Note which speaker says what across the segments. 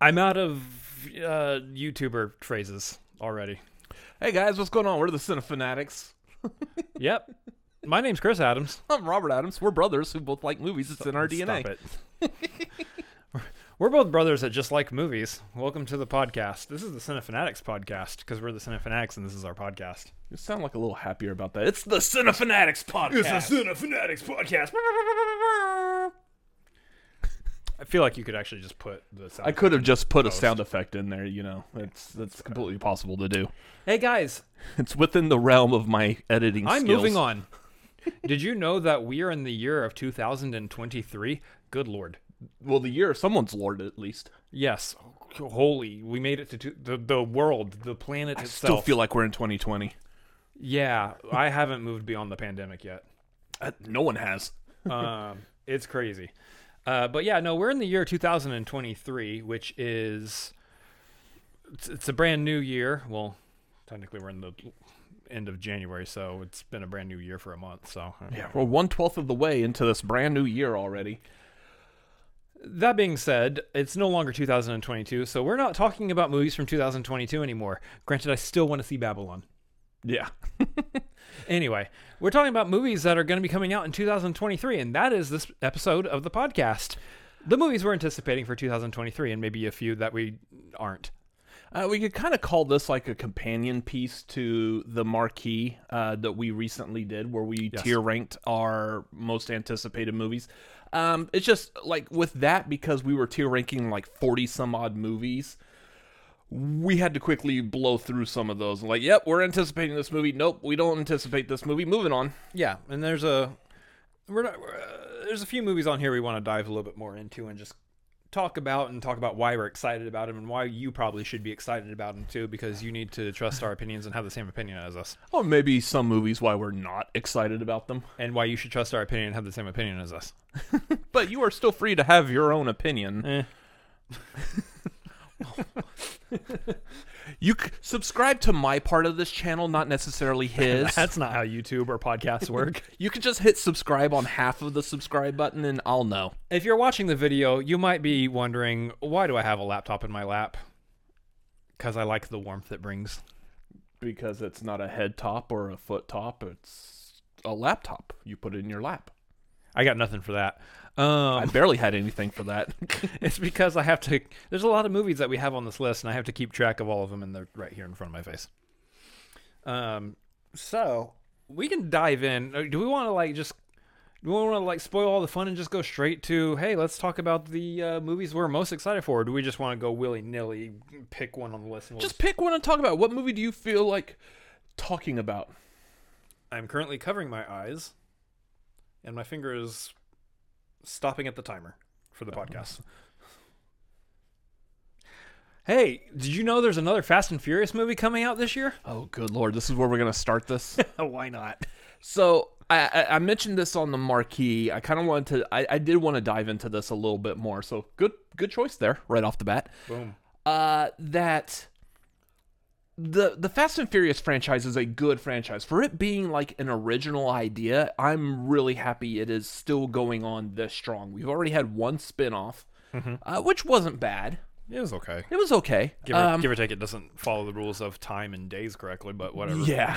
Speaker 1: I'm out of uh, YouTuber phrases already.
Speaker 2: Hey guys, what's going on? We're the Cinefanatics.
Speaker 1: Yep. My name's Chris Adams.
Speaker 2: I'm Robert Adams. We're brothers who both like movies. It's in our DNA.
Speaker 1: Stop it. we're both brothers that just like movies. Welcome to the podcast. This is the Cinefanatics podcast because we're the Cinefanatics and this is our podcast.
Speaker 2: You sound like a little happier about that. It's the Cinefanatics podcast.
Speaker 1: Cinefanatics podcast. I feel like you could actually just put the sound.
Speaker 2: I could have just put a sound effect in there. You know, it's that's completely possible to do.
Speaker 1: hey guys,
Speaker 2: It's within the realm of my editing.
Speaker 1: I'm
Speaker 2: skills.
Speaker 1: moving on. Did you know that we are in the year of 2023? Good lord.
Speaker 2: Well, the year of someone's lord, at least.
Speaker 1: Yes. Holy, we made it to two, the the world, the planet itself.
Speaker 2: Still feel like we're in 2020.
Speaker 1: yeah, I haven't moved beyond the pandemic yet.
Speaker 2: Uh, no one has.
Speaker 1: um, it's crazy. Uh, but yeah, no, we're in the year 2023, which is it's, it's a brand new year. Well, technically we're in the end of January, so it's been a brand new year for a month. So uh,
Speaker 2: Yeah, we're one twelfth of the way into this brand new year already.
Speaker 1: that being said, it's no longer 2022, so we're not talking about movies from 2022 anymore. Granted, I still want to see Babylon.
Speaker 2: Yeah.
Speaker 1: Anyway, we're talking about movies that are going to be coming out in 2023, and that is this episode of the podcast. The movies we're anticipating for 2023, and maybe a few that we aren't.
Speaker 2: Uh, we could kind of call this like a companion piece to the marquee uh, that we recently did, where we tier ranked our most anticipated movies. Um, it's just like with that because we were tier ranking like forty some odd movies. We had to quickly blow through some of those. Like, yep, we're anticipating this movie. Nope, we don't anticipate this movie. Moving on.
Speaker 1: Yeah, and there's a we're not, uh, there's a few movies on here we want to dive a little bit more into and just talk about and talk about why we're excited about them and why you probably should be excited about them too because you need to trust our opinions and have the same opinion as us
Speaker 2: Or maybe some movies why we're not excited about them.
Speaker 1: and why you should trust our opinion and have the same opinion as us.
Speaker 2: But you are still free to have your own opinion.
Speaker 1: Eh.
Speaker 2: You c- subscribe to my part of this channel, not necessarily his.
Speaker 1: That's not how YouTube or podcasts work.
Speaker 2: you can just hit subscribe on half of the subscribe button, and I'll know.
Speaker 1: If you're watching the video, you might be wondering why do I have a laptop in my lap? Because I like the warmth it brings.
Speaker 2: Because it's not a head top or a foot top; it's a laptop. You put it in your lap.
Speaker 1: I got nothing for that.
Speaker 2: I
Speaker 1: Um,
Speaker 2: barely had anything for that.
Speaker 1: it's because I have to. There's a lot of movies that we have on this list, and I have to keep track of all of them, and they're right here in front of my face. Um, so we can dive in. Uh, Do we want to like just? Do we want to like spoil all the fun and just go straight to? Hey, let's talk about the uh, movies we're most excited for. Or do we just want to go willy nilly, pick one on the list? And we'll
Speaker 2: just pick one and talk about. it. What movie do you feel like talking about?
Speaker 1: I'm currently covering my eyes, and my finger is stopping at the timer for the podcast. Hey, did you know there's another Fast and Furious movie coming out this year?
Speaker 2: Oh, good lord! This is where we're gonna start this.
Speaker 1: Why not?
Speaker 2: So I, I, I mentioned this on the marquee. I kind of wanted to. I, I did want to dive into this a little bit more. So good, good choice there, right off the bat.
Speaker 1: Boom.
Speaker 2: Uh, that the the Fast and Furious franchise is a good franchise for it being like an original idea. I'm really happy it is still going on this strong. We've already had one spinoff, uh, which wasn't bad.
Speaker 1: It was okay. Um,
Speaker 2: It was okay. Um,
Speaker 1: Give or, give or take, it doesn't follow the rules of time and days correctly, but whatever.
Speaker 2: Yeah.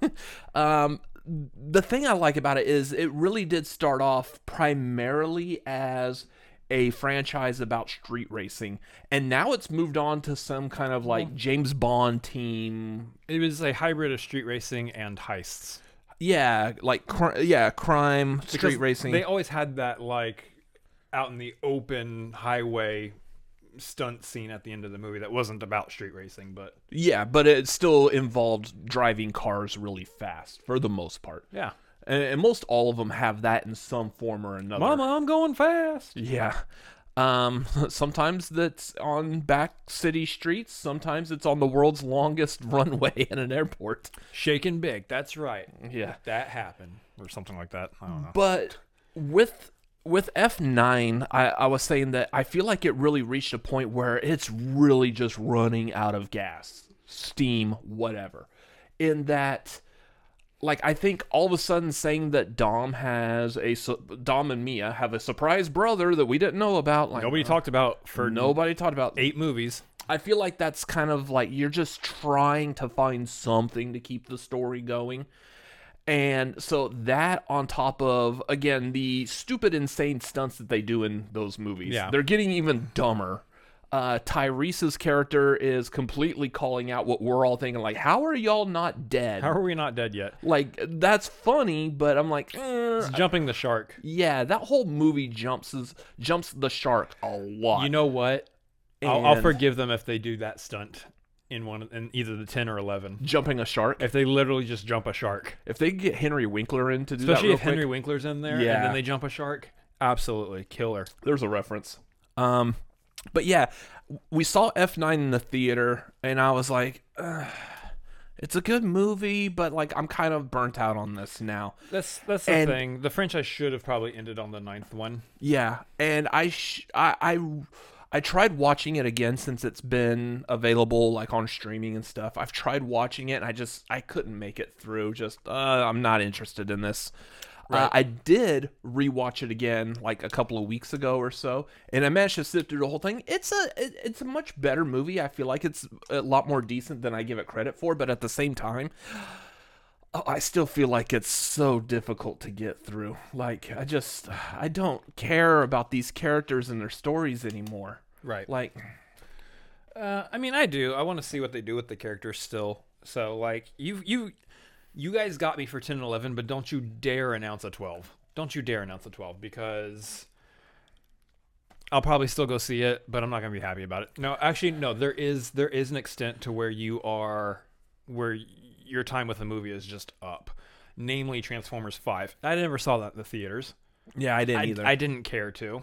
Speaker 2: um, the thing I like about it is it really did start off primarily as a franchise about street racing, and now it's moved on to some kind of
Speaker 1: Oh.
Speaker 2: like James Bond team.
Speaker 1: It was a hybrid of street racing and heists.
Speaker 2: Yeah, like cr- yeah, crime, street
Speaker 1: Because
Speaker 2: racing.
Speaker 1: They always had that like out in the open highway stunt scene at the end of the movie that wasn't about street racing, but
Speaker 2: yeah, but it still involved driving cars really fast for the most part.
Speaker 1: yeah.
Speaker 2: And, and most all of them have that in some form or another.
Speaker 1: Mama, I'm going fast.
Speaker 2: Yeah. Um, sometimes that's on back city streets. Sometimes it's on the world's longest runway in an airport.
Speaker 1: Shaking big. That's right.
Speaker 2: Yeah.
Speaker 1: That happened or something like that. I don't know.
Speaker 2: But with with F nine, I, I was saying that I feel like it really reached a point where it's really just running out of gas, steam, whatever. In that like I think all of a sudden saying that Dom has a su- Dom and Mia have a surprise brother that we didn't know about. Like
Speaker 1: Nobody
Speaker 2: uh,
Speaker 1: talked about for
Speaker 2: Nobody talked about.
Speaker 1: eight movies.
Speaker 2: I feel like that's kind of like you're just trying to find something to keep the story going. And so that on top of again the stupid insane stunts that they do in those movies.
Speaker 1: Yeah.
Speaker 2: They're getting even dumber. Uh, Tyrese's character is completely calling out what we're all thinking like how are y'all not dead?
Speaker 1: How are we not dead yet?
Speaker 2: like that's funny, but I'm like eh.
Speaker 1: It's jumping the shark.
Speaker 2: yeah, that whole movie jumps is, jumps the shark a lot.
Speaker 1: You know what? I'll, I'll
Speaker 2: And-
Speaker 1: forgive them if they do that stunt in one in either the ten or eleven.
Speaker 2: jumping a shark.
Speaker 1: If they literally just jump a shark,
Speaker 2: If they get Henry Winkler in to do that
Speaker 1: especially
Speaker 2: real
Speaker 1: if
Speaker 2: quick,
Speaker 1: Henry Winkler's in there, and
Speaker 2: Yeah.
Speaker 1: then they jump a shark, absolutely killer.
Speaker 2: there's a reference. Um, but yeah, we saw F9 in the theater, and I was like, "Ugh, it's a good movie, but like I'm kind of burnt out on this now.
Speaker 1: That's that's the
Speaker 2: And-
Speaker 1: thing. The franchise should have probably ended on the ninth one.
Speaker 2: Yeah, and I sh- I I I tried watching it again since it's been available like on streaming and stuff. I've tried watching it and I just I couldn't make it through. Just uh, I'm not interested in this. Uh, I did rewatch it again like a couple of weeks ago or so, and I managed to sit through the whole thing. It's a it- it's a much better movie. I feel like it's a lot more decent than I give it credit for, but at the same time, Oh, I still feel like it's so difficult to get through. Like I just I don't care about these characters and their stories anymore.
Speaker 1: Right.
Speaker 2: Like
Speaker 1: Uh, I mean, I do. I want to see what they do with the characters still. So like you you you guys got me for 10 and 11, but don't you dare announce a 12. Don't you dare announce a 12 because I'll probably still go see it, but I'm not going to be happy about it. No, actually no, there is there is an extent to where you are where y- your time with the movie is just up. Namely Transformers 5. I never saw that in the theaters.
Speaker 2: yeah, I didn't
Speaker 1: I,
Speaker 2: either.
Speaker 1: I
Speaker 2: I,
Speaker 1: didn't care to.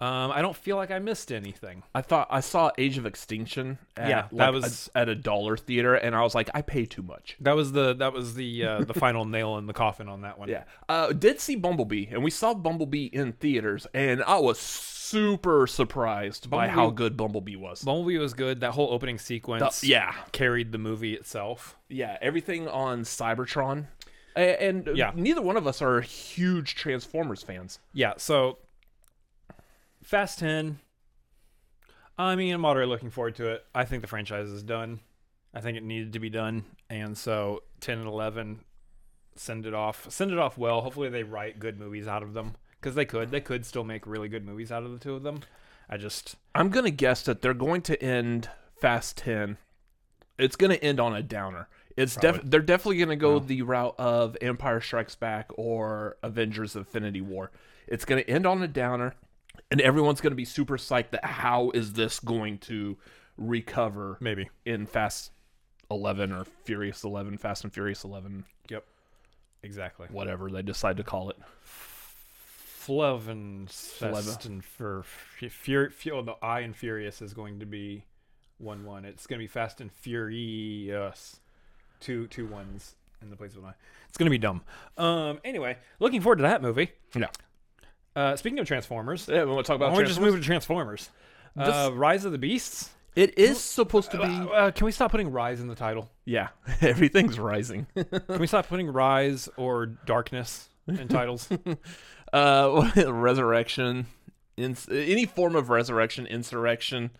Speaker 1: Um, I don't feel like I missed anything.
Speaker 2: thought I saw Age of Extinction. At,
Speaker 1: Yeah, that
Speaker 2: like,
Speaker 1: was-
Speaker 2: a, at a dollar theater, and I was like, I pay too much.
Speaker 1: That was the that was the uh, the final nail in the coffin on that one.
Speaker 2: Yeah, uh, did see Bumblebee, and we saw Bumblebee in theaters, and I was super surprised by how
Speaker 1: Bumblebee-
Speaker 2: good Bumblebee was. Uh,
Speaker 1: Bumblebee was good. That whole opening sequence,
Speaker 2: yeah,
Speaker 1: carried the movie itself.
Speaker 2: yeah, everything on Cybertron, A- and,
Speaker 1: Yeah.
Speaker 2: neither one of us are huge Transformers fans.
Speaker 1: Yeah. So, Fast Ten. I mean, I'm moderately looking forward to it. I think the franchise is done. I think it needed to be done, and so ten and eleven, send it off. Send it off well. Hopefully, they write good movies out of them because they could. They could still make really good movies out of the two of them. I just
Speaker 2: I'm gonna guess that they're going to end Fast Ten. It's gonna end on a downer. It's def- they're definitely gonna go the route of Empire Strikes Back or Avengers: Infinity War. It's gonna end on a downer, and everyone's gonna be super psyched that how is this going to recover
Speaker 1: maybe.
Speaker 2: in Fast Eleven or Furious Eleven, Fast and Furious Eleven,
Speaker 1: Yep. Exactly.
Speaker 2: whatever they decide to call it.
Speaker 1: Flevenfest and for Fury, Fury, the I and Furious is going to be one one. It's going to be Fast and Furious, two two ones in the place of an I. It's going to be dumb. Um. Anyway, looking forward to that movie.
Speaker 2: Yeah.
Speaker 1: Uh, speaking of Transformers,
Speaker 2: Yeah, we want to talk
Speaker 1: why
Speaker 2: about
Speaker 1: don't we just
Speaker 2: Transformers?
Speaker 1: move to Transformers? Uh, Rise of the Beasts.
Speaker 2: It is supposed to be.
Speaker 1: Uh, can we stop putting Rise in the title?
Speaker 2: Yeah, everything's rising.
Speaker 1: Can we stop putting Rise or Darkness in titles?
Speaker 2: uh resurrection ins- any form of resurrection insurrection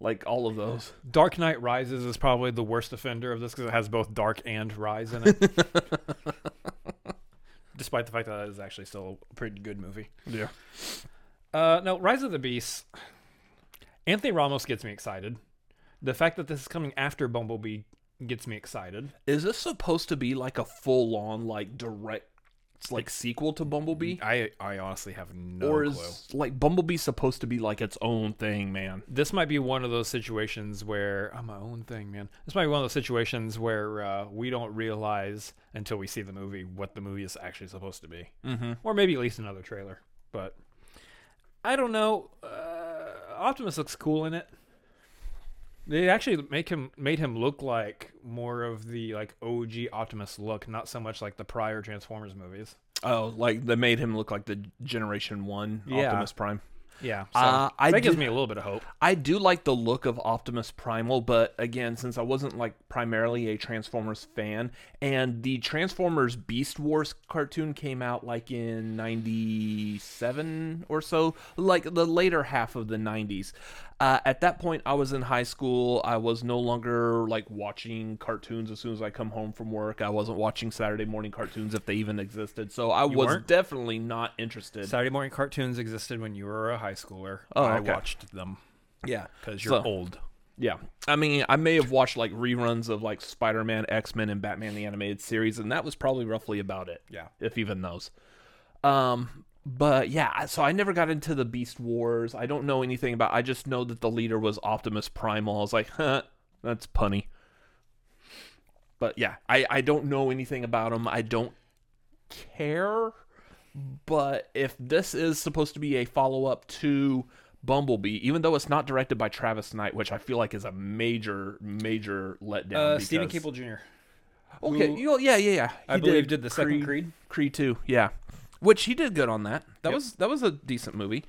Speaker 2: like all of those
Speaker 1: Dark Knight Rises is probably the worst offender of this because it has both dark and rise in it. Despite the fact that it is actually still a pretty good movie.
Speaker 2: yeah
Speaker 1: Uh, no, Rise of the Beast. Anthony Ramos gets me excited. The fact that this is coming after Bumblebee gets me excited.
Speaker 2: is this supposed to be like a full-on like direct like sequel to bumblebee
Speaker 1: I I honestly have no
Speaker 2: or is like bumblebee supposed to be like its own thing man
Speaker 1: this might be one of those situations where I'm my own thing, man. This might be one of those situations where uh, we don't realize until we see the movie what the movie is actually supposed to be, mm-hmm. or maybe at least another trailer. But I don't know. Uh, Optimus looks cool in it. They actually make him made him look like more of the like OG Optimus look, not so much like the prior Transformers movies.
Speaker 2: oh like they made him look like the generation one
Speaker 1: Yeah.
Speaker 2: optimus prime
Speaker 1: Yeah, so
Speaker 2: Uh, I
Speaker 1: that gives
Speaker 2: did-
Speaker 1: me a little bit of hope.
Speaker 2: I do like the look of Optimus Primal, but again, since I wasn't like primarily a Transformers fan, and the Transformers Beast Wars cartoon came out like in 97 or so, like the later half of the 90s. Uh, at that point, I was in high school. I was no longer like watching cartoons as soon as I come home from work. I wasn't watching Saturday morning cartoons if they even existed. So I was
Speaker 1: weren't?
Speaker 2: definitely not interested.
Speaker 1: Saturday morning cartoons existed when you were a high schooler.
Speaker 2: Oh,
Speaker 1: I
Speaker 2: okay.
Speaker 1: watched them
Speaker 2: yeah.
Speaker 1: because you're
Speaker 2: So-
Speaker 1: old.
Speaker 2: Yeah. I mean, I may have watched like reruns of like Spider Man, X Men, and Batman the Animated Series, and that was probably roughly about it.
Speaker 1: Yeah.
Speaker 2: If even those. Um, but yeah, I- so I never got into the Beast Wars. I don't know anything about I just know that the leader was Optimus Primal. I was like, huh, that's punny. But yeah, I, I don't know anything about him. I don't care. But if this is supposed to be a follow up to Bumblebee, even though it's not directed by Travis Knight, which I feel like is a major, major letdown.
Speaker 1: Uh, Stephen
Speaker 2: because-
Speaker 1: Cable Jr.
Speaker 2: Okay,
Speaker 1: who
Speaker 2: you know, yeah, yeah, yeah.
Speaker 1: I
Speaker 2: He
Speaker 1: believe did the second Creed.
Speaker 2: Creed Two, yeah, which he did good on that. That was that was a decent movie.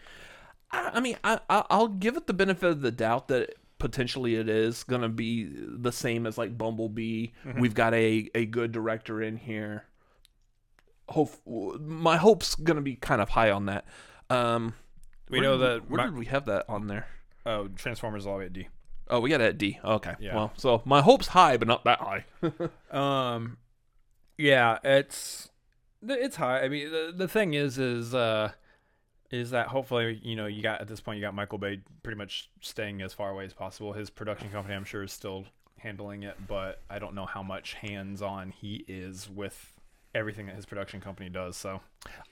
Speaker 2: I, I mean, I, I I'll give it the benefit of the doubt that potentially it is gonna be the same as like Bumblebee.
Speaker 1: Mm-hmm.
Speaker 2: We've got a a good director in here. Hope my hope's gonna be kind of high on that. Um,
Speaker 1: We
Speaker 2: where
Speaker 1: know
Speaker 2: did
Speaker 1: that
Speaker 2: where
Speaker 1: my-
Speaker 2: did we have that on there?
Speaker 1: Oh, Transformers all the way at D.
Speaker 2: Oh, we got it at D. Okay,
Speaker 1: Yeah.
Speaker 2: well, so my hope's high, but not that high.
Speaker 1: Um, yeah, it's th- it's high. I mean, the, the thing is, is uh, is that hopefully you know you got at this point you got Michael Bay pretty much staying as far away as possible. His production company, I'm sure, is still handling it, but I don't know how much hands on he is with everything that his production company does. So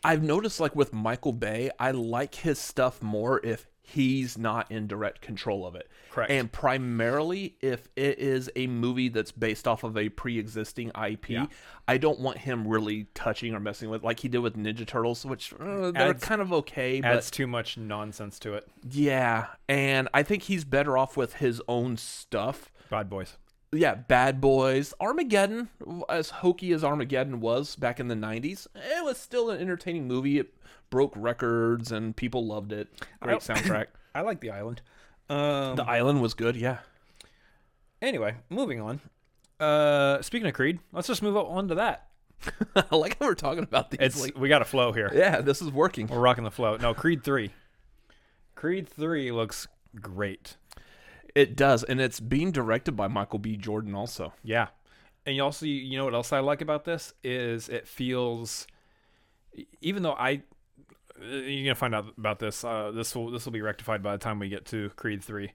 Speaker 2: I've noticed like with Michael Bay, I like his stuff more if he's not in direct control of it.
Speaker 1: Correct.
Speaker 2: And primarily if it is a movie that's based off of a pre-existing IP, I don't want him really touching or messing with like he did with Ninja Turtles, which uh, they're
Speaker 1: Adds-
Speaker 2: kind of okay, but
Speaker 1: adds too much nonsense to it.
Speaker 2: yeah. And I think he's better off with his own stuff.
Speaker 1: Bad boys.
Speaker 2: Yeah, Bad Boys, Armageddon, as hokey as Armageddon was back in the 90s, it was still an entertaining movie. It broke records and people loved it. Great
Speaker 1: don't-
Speaker 2: soundtrack.
Speaker 1: I like the island. Um,
Speaker 2: the Island was good, yeah.
Speaker 1: anyway, moving on. Uh, speaking of Creed, let's just move on to that.
Speaker 2: I like how we're talking about these.
Speaker 1: It's
Speaker 2: like,
Speaker 1: we got a flow here.
Speaker 2: yeah, this is working.
Speaker 1: We're rocking the float. No, Creed three. Creed three looks great.
Speaker 2: It does, and it's being directed by Michael B. Jordan also.
Speaker 1: Yeah, and you also you know what else I like about this is it feels, e-, even though I, uh, you're gonna find out about this. Uh, this will this will be rectified by the time we get to Creed three.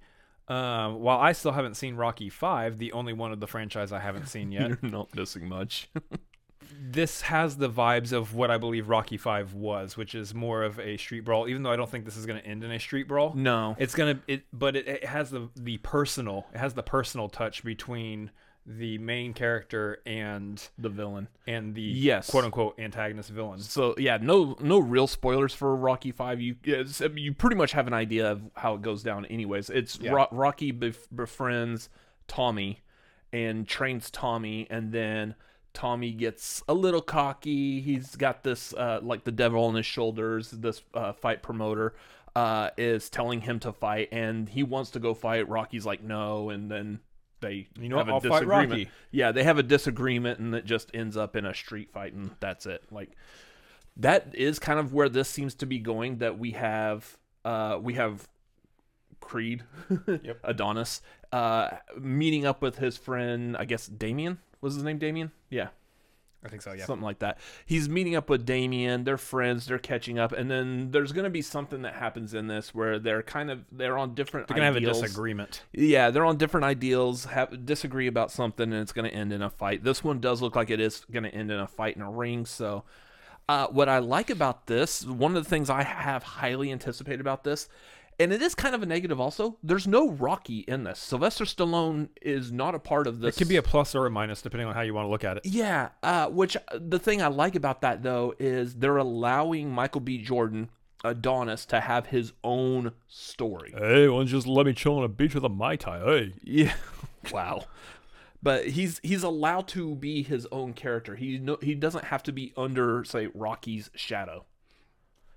Speaker 1: Um, while I still haven't seen Rocky five, the only one of the franchise I haven't seen yet,
Speaker 2: You're not missing much.
Speaker 1: this has the vibes of what I believe Rocky five was, which is more of a street brawl. Even though I don't think this is gonna end in a street brawl.
Speaker 2: no.
Speaker 1: It's gonna it, but it, it has the the personal. It has the personal touch between the main character and
Speaker 2: the villain.
Speaker 1: and the
Speaker 2: Yes.
Speaker 1: quote unquote antagonist villain.
Speaker 2: So yeah, no no real spoilers for Rocky Five. You it's- you pretty much have an idea of how it goes down, anyways. It's Ro- Rocky bef- befriends Tommy and trains Tommy, and then Tommy gets a little cocky. He's got this uh, like the devil on his shoulders. This uh, fight promoter uh, is telling him to fight, and he wants to go fight. Rocky's like no, and then. They
Speaker 1: You know
Speaker 2: have
Speaker 1: what?
Speaker 2: a
Speaker 1: I'll fight
Speaker 2: disagreement.
Speaker 1: Rocky.
Speaker 2: Yeah, they have a disagreement, and it just ends up in a street fight, and that's it. Like, that is kind of where this seems to be going that we have uh we have creed adonis uh meeting up with his friend i guess damien was his name damien yeah
Speaker 1: I think so. Yeah.
Speaker 2: something like that he's meeting up with damien they're friends they're catching up and then there's gonna be something that happens in this where they're kind of they're on different
Speaker 1: They're gonna have a
Speaker 2: ideals.
Speaker 1: disagreement.
Speaker 2: Yeah, they're on different ideals, have, disagree about something, and it's going to end in a fight. This one does look like it is going to end in a fight in a ring. So, uh, what I like about this, one of the things I have highly anticipated about this, and it is kind of a negative also, there's no Rocky in this. Sylvester Stallone is not a part of this.
Speaker 1: It could be a plus or a minus depending on how you want to look at it.
Speaker 2: Yeah, uh, which uh, the thing I like about that though is they're allowing Michael B. Jordan, Adonis, to have his own story.
Speaker 1: Hey, why don't you just let me chill on a beach with a mai tai? Hey.
Speaker 2: Yeah. Wow. But he's he's allowed to be his own character. He no, he doesn't have to be under say Rocky's shadow.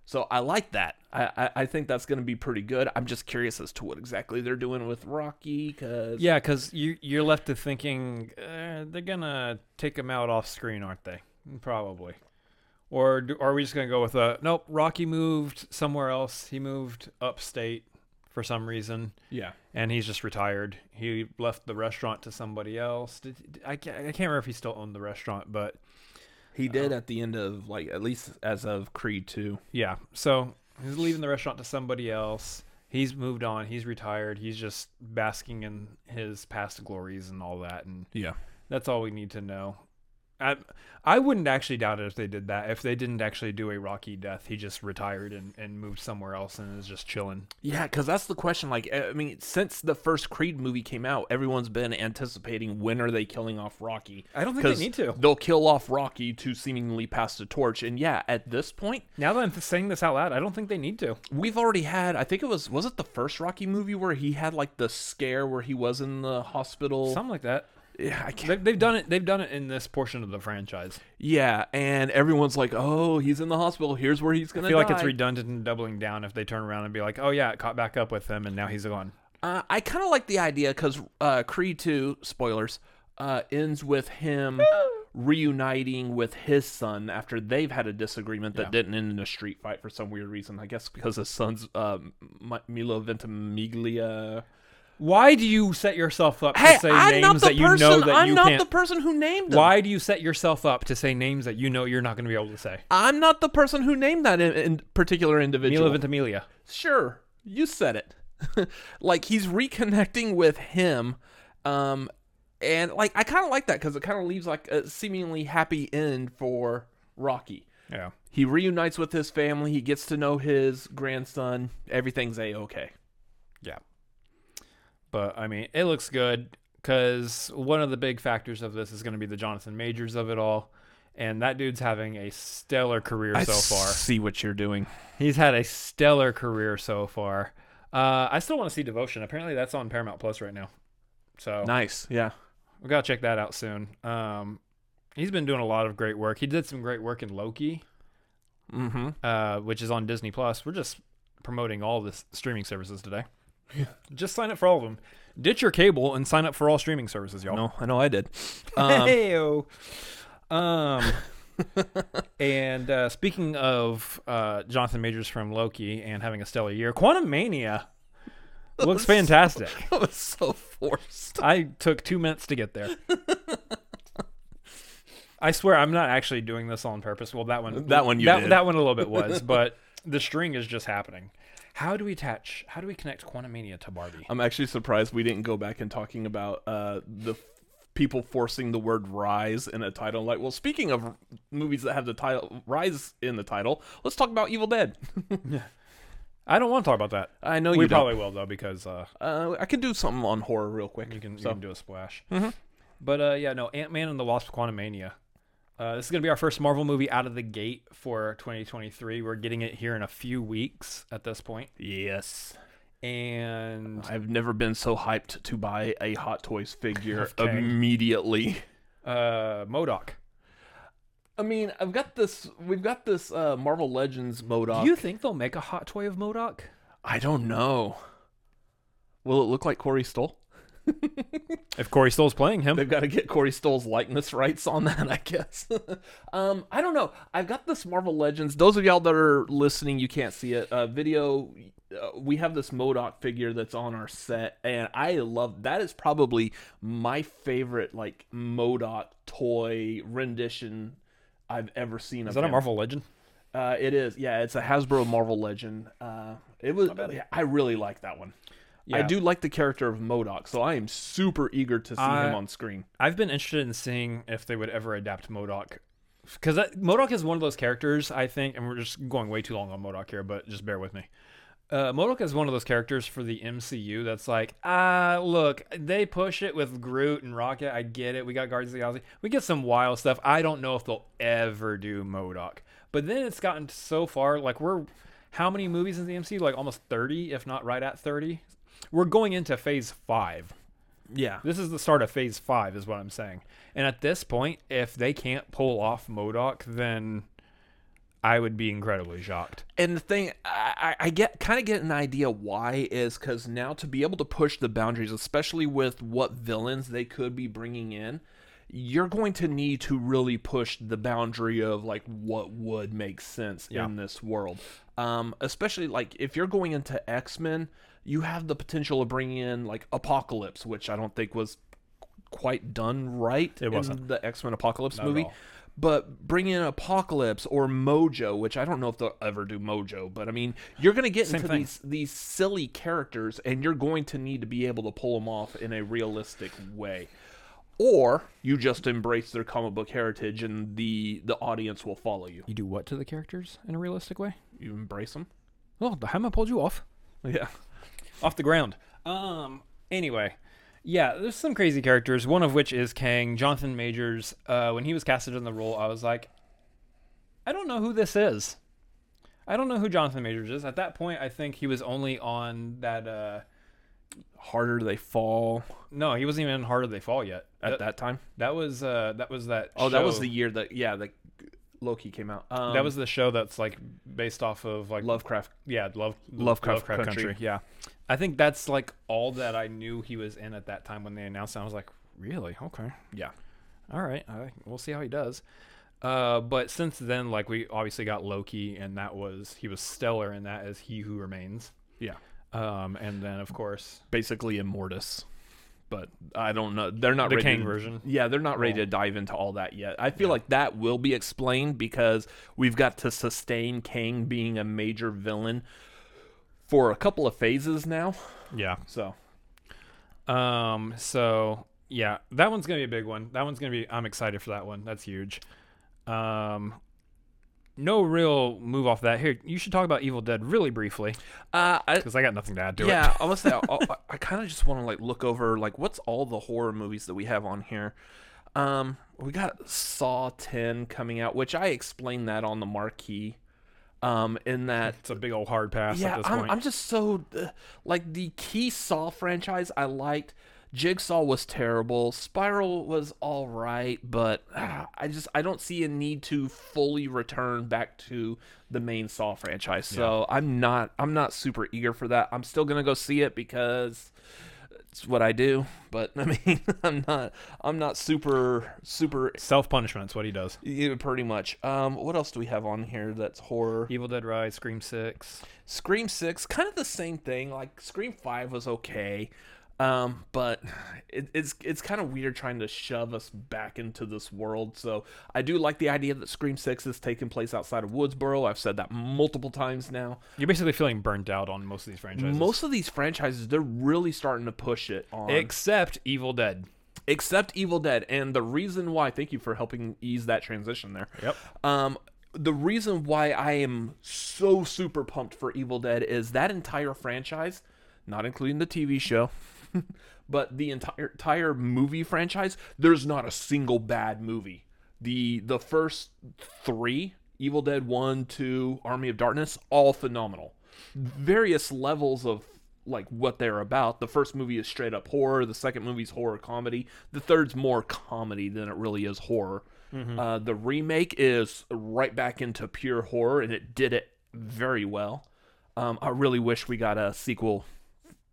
Speaker 2: So I like that. I, I, I think that's going to be pretty good. I'm just curious as to what exactly they're doing with Rocky because
Speaker 1: Yeah, because you you're left to thinking uh, they're gonna take him out off screen, aren't they? Probably. Or do, are we just gonna go with a nope? Rocky moved somewhere else. He moved upstate for some reason,
Speaker 2: yeah.
Speaker 1: and he's just retired. He left the restaurant to somebody else. Did, did- I can't, I can't remember if he still owned the restaurant, but
Speaker 2: He did at the end of like at least as of Creed two.
Speaker 1: yeah. So he's leaving the restaurant to somebody else. He's moved on. He's retired. He's just basking in his past glories and all that, and
Speaker 2: Yeah.
Speaker 1: That's all we need to know. I I wouldn't actually doubt it if they did that. If they didn't actually do a Rocky death, he just retired and, and moved somewhere else and is just chilling.
Speaker 2: Yeah, because that's the question. Like, eh, I I mean, since the first Creed movie came out, everyone's been anticipating when are they killing off Rocky?
Speaker 1: I don't think they
Speaker 2: 'Cause
Speaker 1: need to.
Speaker 2: They'll kill off Rocky to seemingly pass the torch. And yeah, at this point,
Speaker 1: Now that I'm saying this out loud, I don't think they need to.
Speaker 2: we've already had. I think it was was it the first Rocky movie where he had like the scare where he was in the hospital.
Speaker 1: Something like that.
Speaker 2: yeah, I can't.
Speaker 1: They, they've done it. They've done it in this portion of the franchise.
Speaker 2: Yeah, and everyone's like, "Oh, he's in the hospital. Here's where he's gonna."
Speaker 1: I feel like it's
Speaker 2: die."
Speaker 1: redundant and doubling down if they turn around and be like, "Oh yeah, it caught back up with him, and now he's gone."
Speaker 2: Uh, I kind of like the idea because uh, Creed 2, spoilers, uh, ends with him reuniting with his son after they've had a disagreement that didn't end in a street fight for some weird reason. I guess because his son's uh, M- Milo Ventimiglia.
Speaker 1: Why do you set yourself up to
Speaker 2: Hey,
Speaker 1: say
Speaker 2: I'm not
Speaker 1: names
Speaker 2: the
Speaker 1: that
Speaker 2: person.
Speaker 1: you know that
Speaker 2: I'm
Speaker 1: you
Speaker 2: not
Speaker 1: can't?
Speaker 2: the person who named them.
Speaker 1: Why do you set yourself up to say names that you know you're not going to be able to say?
Speaker 2: I'm not the person who named that in, in particular individual.
Speaker 1: Mila Ventimiglia.
Speaker 2: sure you said it like he's reconnecting with him um and like i kind of like that because it kind of leaves like a seemingly happy end for rocky
Speaker 1: Yeah.
Speaker 2: he reunites with his family he gets to know his grandson everything's a-okay
Speaker 1: Yeah. But I mean, it looks good because one of the big factors of this is going to be the Jonathan Majors of it all. And that dude's having a stellar career so far.
Speaker 2: see what you're doing
Speaker 1: He's had a stellar career so far. Uh, I still want to see Devotion. Apparently, that's on Paramount Plus right now. So
Speaker 2: nice yeah
Speaker 1: we got to check that out soon. Um, he's been doing a lot of great work. He did some great work in Loki,
Speaker 2: mm-hmm
Speaker 1: uh, which is on Disney Plus. We're just promoting all the s- streaming services today. Just sign up for all of them. Ditch your cable and sign up for all streaming services, y'all.
Speaker 2: no i know i did um,
Speaker 1: Heyo. Um, and uh, speaking of uh, Jonathan Majors from Loki and having a stellar year, Quantum Mania looks fantastic.
Speaker 2: that was so forced
Speaker 1: I took two minutes to get there. I swear I'm not actually doing this on purpose. Well, that one,
Speaker 2: That one you
Speaker 1: that,
Speaker 2: did.
Speaker 1: that one a little bit was, but the string is just happening. How do we attach? How do we connect Quantum Mania to Barbie?
Speaker 2: i'm actually surprised we didn't go back and talking about uh the f- people forcing the word rise in a title like well speaking of movies that have the title rise in the title let's talk about evil dead
Speaker 1: I don't want to talk about that.
Speaker 2: i know
Speaker 1: we
Speaker 2: you
Speaker 1: probably will though because uh,
Speaker 2: don't. Uh, i can do something on horror real quick
Speaker 1: You can, you
Speaker 2: So-
Speaker 1: can do a splash. But uh, yeah, no, Ant Man and the Wasp: Quantumania. Uh, this is gonna be our first Marvel movie out of the gate for 2023. We're getting it here in a few weeks at this point,
Speaker 2: yes
Speaker 1: and
Speaker 2: i've never been so hyped to buy a hot toys figure
Speaker 1: Okay.
Speaker 2: immediately
Speaker 1: uh, Modoc.
Speaker 2: i mean i've got this we've got this uh marvel legends modoc
Speaker 1: Do you think they'll make a hot toy of Modoc?
Speaker 2: i don't know will it look like corey stoll
Speaker 1: If Corey Stoll's playing him,
Speaker 2: They've got to get Corey Stoll's likeness rights on that, I guess. um, I don't know. I've got this Marvel Legends. Those of y'all that are listening, you can't see it. Uh, video. Uh, we have this Modoc figure that's on our set, and I love that. Is probably my favorite like Modoc toy rendition I've ever seen.
Speaker 1: is that a Marvel legend?
Speaker 2: Uh, it is. Yeah, it's a Hasbro Marvel Legend. Uh, it was. yeah, I really like that one. I
Speaker 1: Yeah.
Speaker 2: do like the character of Modoc, so I am super eager to see
Speaker 1: I-
Speaker 2: him on screen.
Speaker 1: I've been interested in seeing if they would ever adapt Modoc. Because Modoc is one of those characters, I think, and we're just going way too long on Modoc here, but just bear with me. Uh, Modoc is one of those characters for the MCU that's like, ah, look, they push it with Groot and Rocket. I get it. We got Guardians of the Galaxy. We get some wild stuff. I don't know if they'll ever do Modoc. But then it's gotten so far, like, we're how many movies in the MCU? Like, almost 30, if not right at 30. We're going into phase five.
Speaker 2: Yeah.
Speaker 1: This is the start of phase five, is what I'm saying. And at this point, if they can't pull off Modoc, then I would be incredibly shocked.
Speaker 2: and the thing I, I I get kind of get an idea why is because now to be able to push the boundaries, especially with what villains they could be bringing in, you're going to need to really push the boundary of like what would make sense in this world. Um, especially like if you're going into X Men, you have the potential of bringing in like Apocalypse, which I don't think was quite done right it in
Speaker 1: wasn't.
Speaker 2: the X Men Apocalypse
Speaker 1: at
Speaker 2: movie.
Speaker 1: all.
Speaker 2: But bring in Apocalypse or Mojo, which I don't know if they'll ever do Mojo, but I mean, you're going to get into
Speaker 1: thing.
Speaker 2: these these silly characters, and you're going to need to be able to pull them off in a realistic way, or you just embrace their comic book heritage, and the the audience will follow you.
Speaker 1: You do what to the characters in a realistic way?
Speaker 2: You embrace them,
Speaker 1: Well, the hammer pulled you off.
Speaker 2: yeah.
Speaker 1: Off the ground. Um anyway. Yeah, there's some crazy characters, one of which is Kang, Jonathan Majors. Uh when he was casted in the role, I was like, I don't know who this is. I don't know who Jonathan Majors is. At that point, I think he was only on that uh
Speaker 2: Harder they fall
Speaker 1: no, he wasn't even in Harder They Fall yet.
Speaker 2: at
Speaker 1: That,
Speaker 2: that time.
Speaker 1: that was uh that was that
Speaker 2: Oh, that was
Speaker 1: show-
Speaker 2: the year that yeah, that Loki came out. Um,
Speaker 1: that was the show that's like based off of like
Speaker 2: Lovecraft.
Speaker 1: yeah, love
Speaker 2: Lovecraft Country.
Speaker 1: Yeah, I think that's like all that I knew he was in at that time when they announced. it. I was like, really? Okay,
Speaker 2: Yeah,
Speaker 1: all right. I, we'll see how he does. Uh, but since then, like we obviously got Loki, and that was he was stellar in that as He Who Remains.
Speaker 2: yeah.
Speaker 1: Um, and then of course
Speaker 2: basically Immortus. But I don't know. They're not
Speaker 1: The
Speaker 2: ready
Speaker 1: Kang
Speaker 2: to-
Speaker 1: version. Oh.
Speaker 2: Yeah, they're not ready to dive into all that yet. I feel like that will be explained because we've got to sustain Kang being a major villain for a couple of phases now.
Speaker 1: yeah.
Speaker 2: So
Speaker 1: Um, so yeah, that one's gonna be a big one. That one's gonna be. I'm excited for that one. That's huge. Um. No real move off that. Here, you should talk about Evil Dead really briefly
Speaker 2: uh, I,
Speaker 1: because I got nothing to add to it.
Speaker 2: yeah, I must say, I, I, I kind of just want to like look over like what's all the horror movies that we have on here. Um, we got Saw Ten coming out, which I explained that on the marquee. Um, in that
Speaker 1: It's a big old hard pass
Speaker 2: yeah,
Speaker 1: at this
Speaker 2: I'm,
Speaker 1: point.
Speaker 2: I'm just so uh, like the key Saw franchise I liked. Jigsaw was terrible. Spiral was all right, but ah, I just I don't see a need to fully return back to the main Saw franchise. So I'm not I'm not super eager for that. I'm still gonna go see it because it's what I do. But I mean I'm not I'm not super super
Speaker 1: Self punishment's what he does.
Speaker 2: yeah, pretty much. Um, what else do we have on here that's horror?
Speaker 1: Evil Dead Rise, Scream Six.
Speaker 2: Scream Six, kind of the same thing. Like Scream Five was okay, um, but it, it's it's kind of weird trying to shove us back into this world. So I do like the idea that Scream Six is taking place outside of Woodsboro. I've said that multiple times now.
Speaker 1: You're basically feeling burnt out on most of these franchises,
Speaker 2: Most of these franchises, they're really starting to push it on,
Speaker 1: except Evil Dead.
Speaker 2: except Evil Dead. And the reason why, thank you for helping ease that transition there.
Speaker 1: Yep.
Speaker 2: Um, the reason why I am so super pumped for Evil Dead is that entire franchise, not including the TV show, but the entire entire movie franchise. There's not a single bad movie. the The first three, Evil Dead One, Two, Army of Darkness, all phenomenal. Various levels of like what they're about. The first movie is straight up horror. The second movie is horror comedy. The third's more comedy than it really is horror. Uh, the remake is right back into pure horror, and it did it very well. Um, I really wish we got a sequel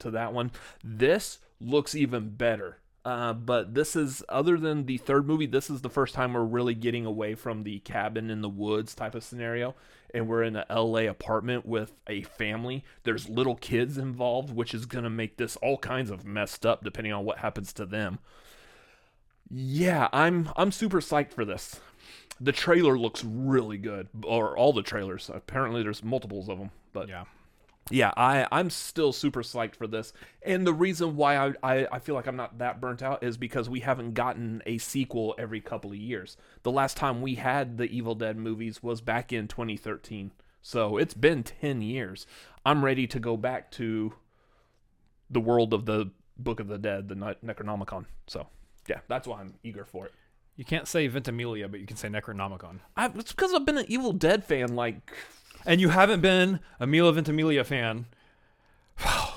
Speaker 2: to that one. This looks even better. Uh, but this is other than the third movie, this is the first time we're really getting away from the cabin in the woods type of scenario, and we're in an LA apartment with a family. There's little kids involved, which is gonna make this all kinds of messed up depending on what happens to them. Yeah, I'm I'm super psyched for this. The trailer looks really good, or all the trailers. Apparently, there's multiples of them, but
Speaker 1: Yeah.
Speaker 2: yeah, I, I'm still super psyched for this. And the reason why I, I, I feel like I'm not that burnt out is because we haven't gotten a sequel every couple of years. The last time we had the Evil Dead movies was back in 2013. So it's been 10 years. I'm ready to go back to the world of the Book of the Dead, the Ne- Necronomicon. So yeah, that's why I'm eager for it.
Speaker 1: You can't say Ventimiglia, but you can say Necronomicon.
Speaker 2: I, it's because I've been an Evil Dead fan. Like,
Speaker 1: And you haven't been a Mila Ventimiglia fan.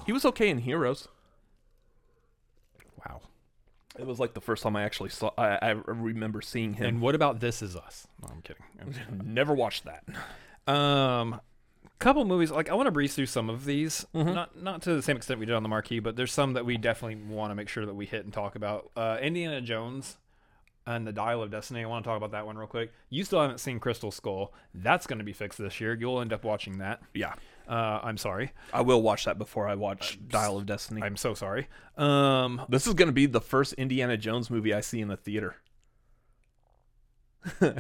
Speaker 2: he was okay in Heroes.
Speaker 1: Wow.
Speaker 2: It was like the first time I actually saw. I, I remember seeing him.
Speaker 1: And what about This Is Us? No, I'm kidding. I'm kidding.
Speaker 2: Never watched that.
Speaker 1: Um, couple movies. Like I want to breeze through some of these,
Speaker 2: Mm-hmm.
Speaker 1: not not to the same extent we did on the marquee, but there's some that we definitely want to make sure that we hit and talk about. Uh, Indiana Jones and the Dial of Destiny. I want to talk about that one real quick. You still haven't seen Crystal Skull. That's going to be fixed this year. You'll end up watching that.
Speaker 2: Yeah,
Speaker 1: Uh, I'm sorry.
Speaker 2: I will watch that before I watch Dial of Destiny.
Speaker 1: I'm so sorry. Um,
Speaker 2: this is going to be the first Indiana Jones movie I see in the theater.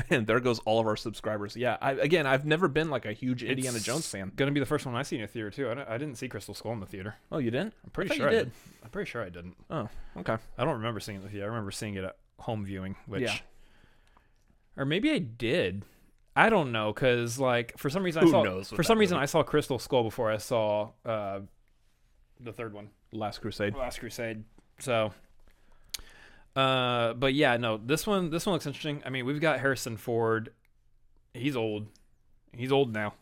Speaker 2: and there goes all of our subscribers. Yeah, I, again, I've never been like a huge Indiana
Speaker 1: it's
Speaker 2: Jones fan.
Speaker 1: Gonna be the first one I see in a theater too. I, don't- I didn't see Crystal Skull in the theater.
Speaker 2: Oh, you didn't?
Speaker 1: I'm pretty
Speaker 2: I thought
Speaker 1: sure
Speaker 2: you
Speaker 1: I
Speaker 2: did.
Speaker 1: did. I'm pretty sure I didn't.
Speaker 2: Oh, okay.
Speaker 1: I don't remember seeing it in the theater. I remember seeing it at home viewing, which,
Speaker 2: Yeah.
Speaker 1: or maybe I did. I don't know because like for some reason I
Speaker 2: Who
Speaker 1: saw
Speaker 2: knows
Speaker 1: for
Speaker 2: with that
Speaker 1: some reason I saw Crystal Skull before I saw uh, the third one,
Speaker 2: Last Crusade.
Speaker 1: Last Crusade. So, uh, but yeah, no, this one this one looks interesting. I mean, we've got Harrison Ford. He's old. He's old now.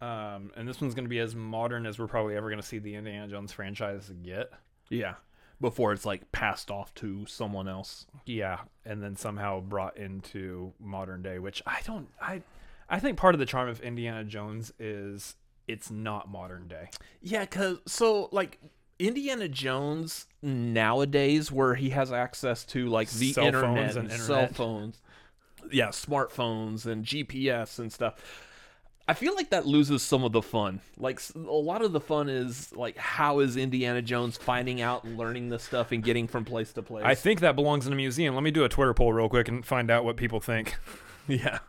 Speaker 1: Um, and this one's going to be as modern as we're probably ever going to see the Indiana Jones franchise get.
Speaker 2: Yeah. Before it's like passed off to someone else.
Speaker 1: Yeah, and then somehow brought into modern day, which I don't I I think part of the charm of Indiana Jones is it's not modern day.
Speaker 2: Yeah, cause so like Indiana Jones nowadays, where he has access to like the
Speaker 1: Cell phones
Speaker 2: internet
Speaker 1: and
Speaker 2: cell
Speaker 1: internet.
Speaker 2: phones, yeah, smartphones and GPS and stuff. I feel like that loses some of the fun. Like s- a lot of the fun is like how is Indiana Jones finding out, learning this stuff, and getting from place to place.
Speaker 1: I think that belongs in a museum. Let me do a Twitter poll real quick and find out what people think.
Speaker 2: yeah,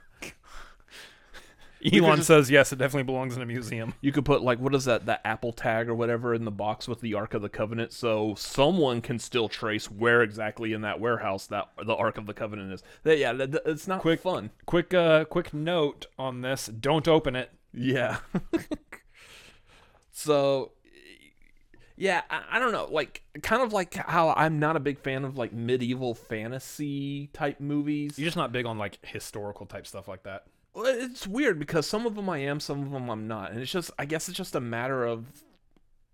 Speaker 1: Elon says yes, it definitely belongs in a museum.
Speaker 2: you could put like what is that the Apple tag or whatever in the box with the Ark of the Covenant, so someone can still trace where exactly in that warehouse that the Ark of the Covenant is. That- yeah, that, that- it's not
Speaker 1: Quick-
Speaker 2: fun.
Speaker 1: Quick uh quick note on this, don't open it.
Speaker 2: Yeah. so, yeah, I, I don't know. Like, kind of like how I'm not a big fan of like medieval fantasy type movies.
Speaker 1: You're just not big on like historical type stuff like that.
Speaker 2: Well, it's weird because some of them I am, some of them I'm not, and it's just I guess it's just a matter of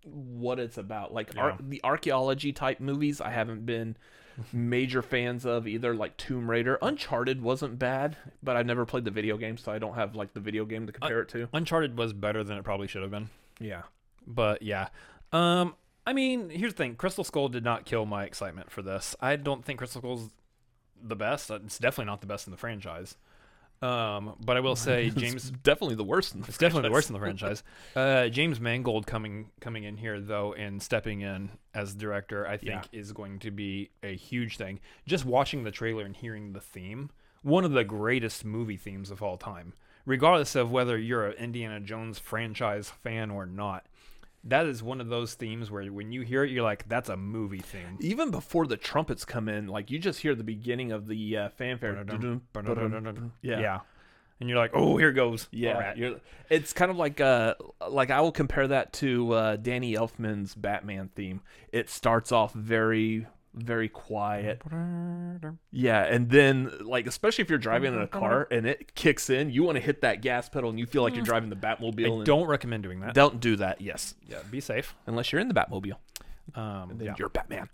Speaker 2: what it's about. Like ar-
Speaker 1: Yeah.
Speaker 2: the archaeology type movies, I haven't been major fans of either. Like Tomb Raider, Uncharted wasn't bad, but I've never played the video game, so I don't have like the video game to compare it to.
Speaker 1: Uncharted was better than it probably should have been.
Speaker 2: Yeah,
Speaker 1: But yeah. Um I mean, here's the thing. Crystal Skull did not kill my excitement for this. I don't think Crystal Skull's the best. It's definitely not the best in the franchise. Um, but I will say James
Speaker 2: definitely the worst. In the
Speaker 1: it's definitely the worst in the franchise. Uh, James Mangold coming coming in here though and stepping in as director, I think is going to be a huge thing. Just watching the trailer and hearing the theme, one of the greatest movie themes of all time, regardless of whether you're an Indiana Jones franchise fan or not. That is one of those themes where when you hear it, you're like, "That's a movie theme."
Speaker 2: Even before the trumpets come in, like you just hear the beginning of the uh, fanfare.
Speaker 1: Yeah. and you're like, "Oh, here goes." All
Speaker 2: Yeah,
Speaker 1: right.
Speaker 2: you're, it's kind of like uh, like I will compare that to uh, Danny Elfman's Batman theme. It starts off very, very quiet. Yeah, and then like especially if you're driving in a car and it kicks in, you want to hit that gas pedal and you feel like you're driving the Batmobile. and
Speaker 1: Don't recommend doing that.
Speaker 2: don't do that. Yes,
Speaker 1: Yeah, be safe.
Speaker 2: unless you're in the Batmobile,
Speaker 1: Um,
Speaker 2: then
Speaker 1: yeah.
Speaker 2: you're Batman.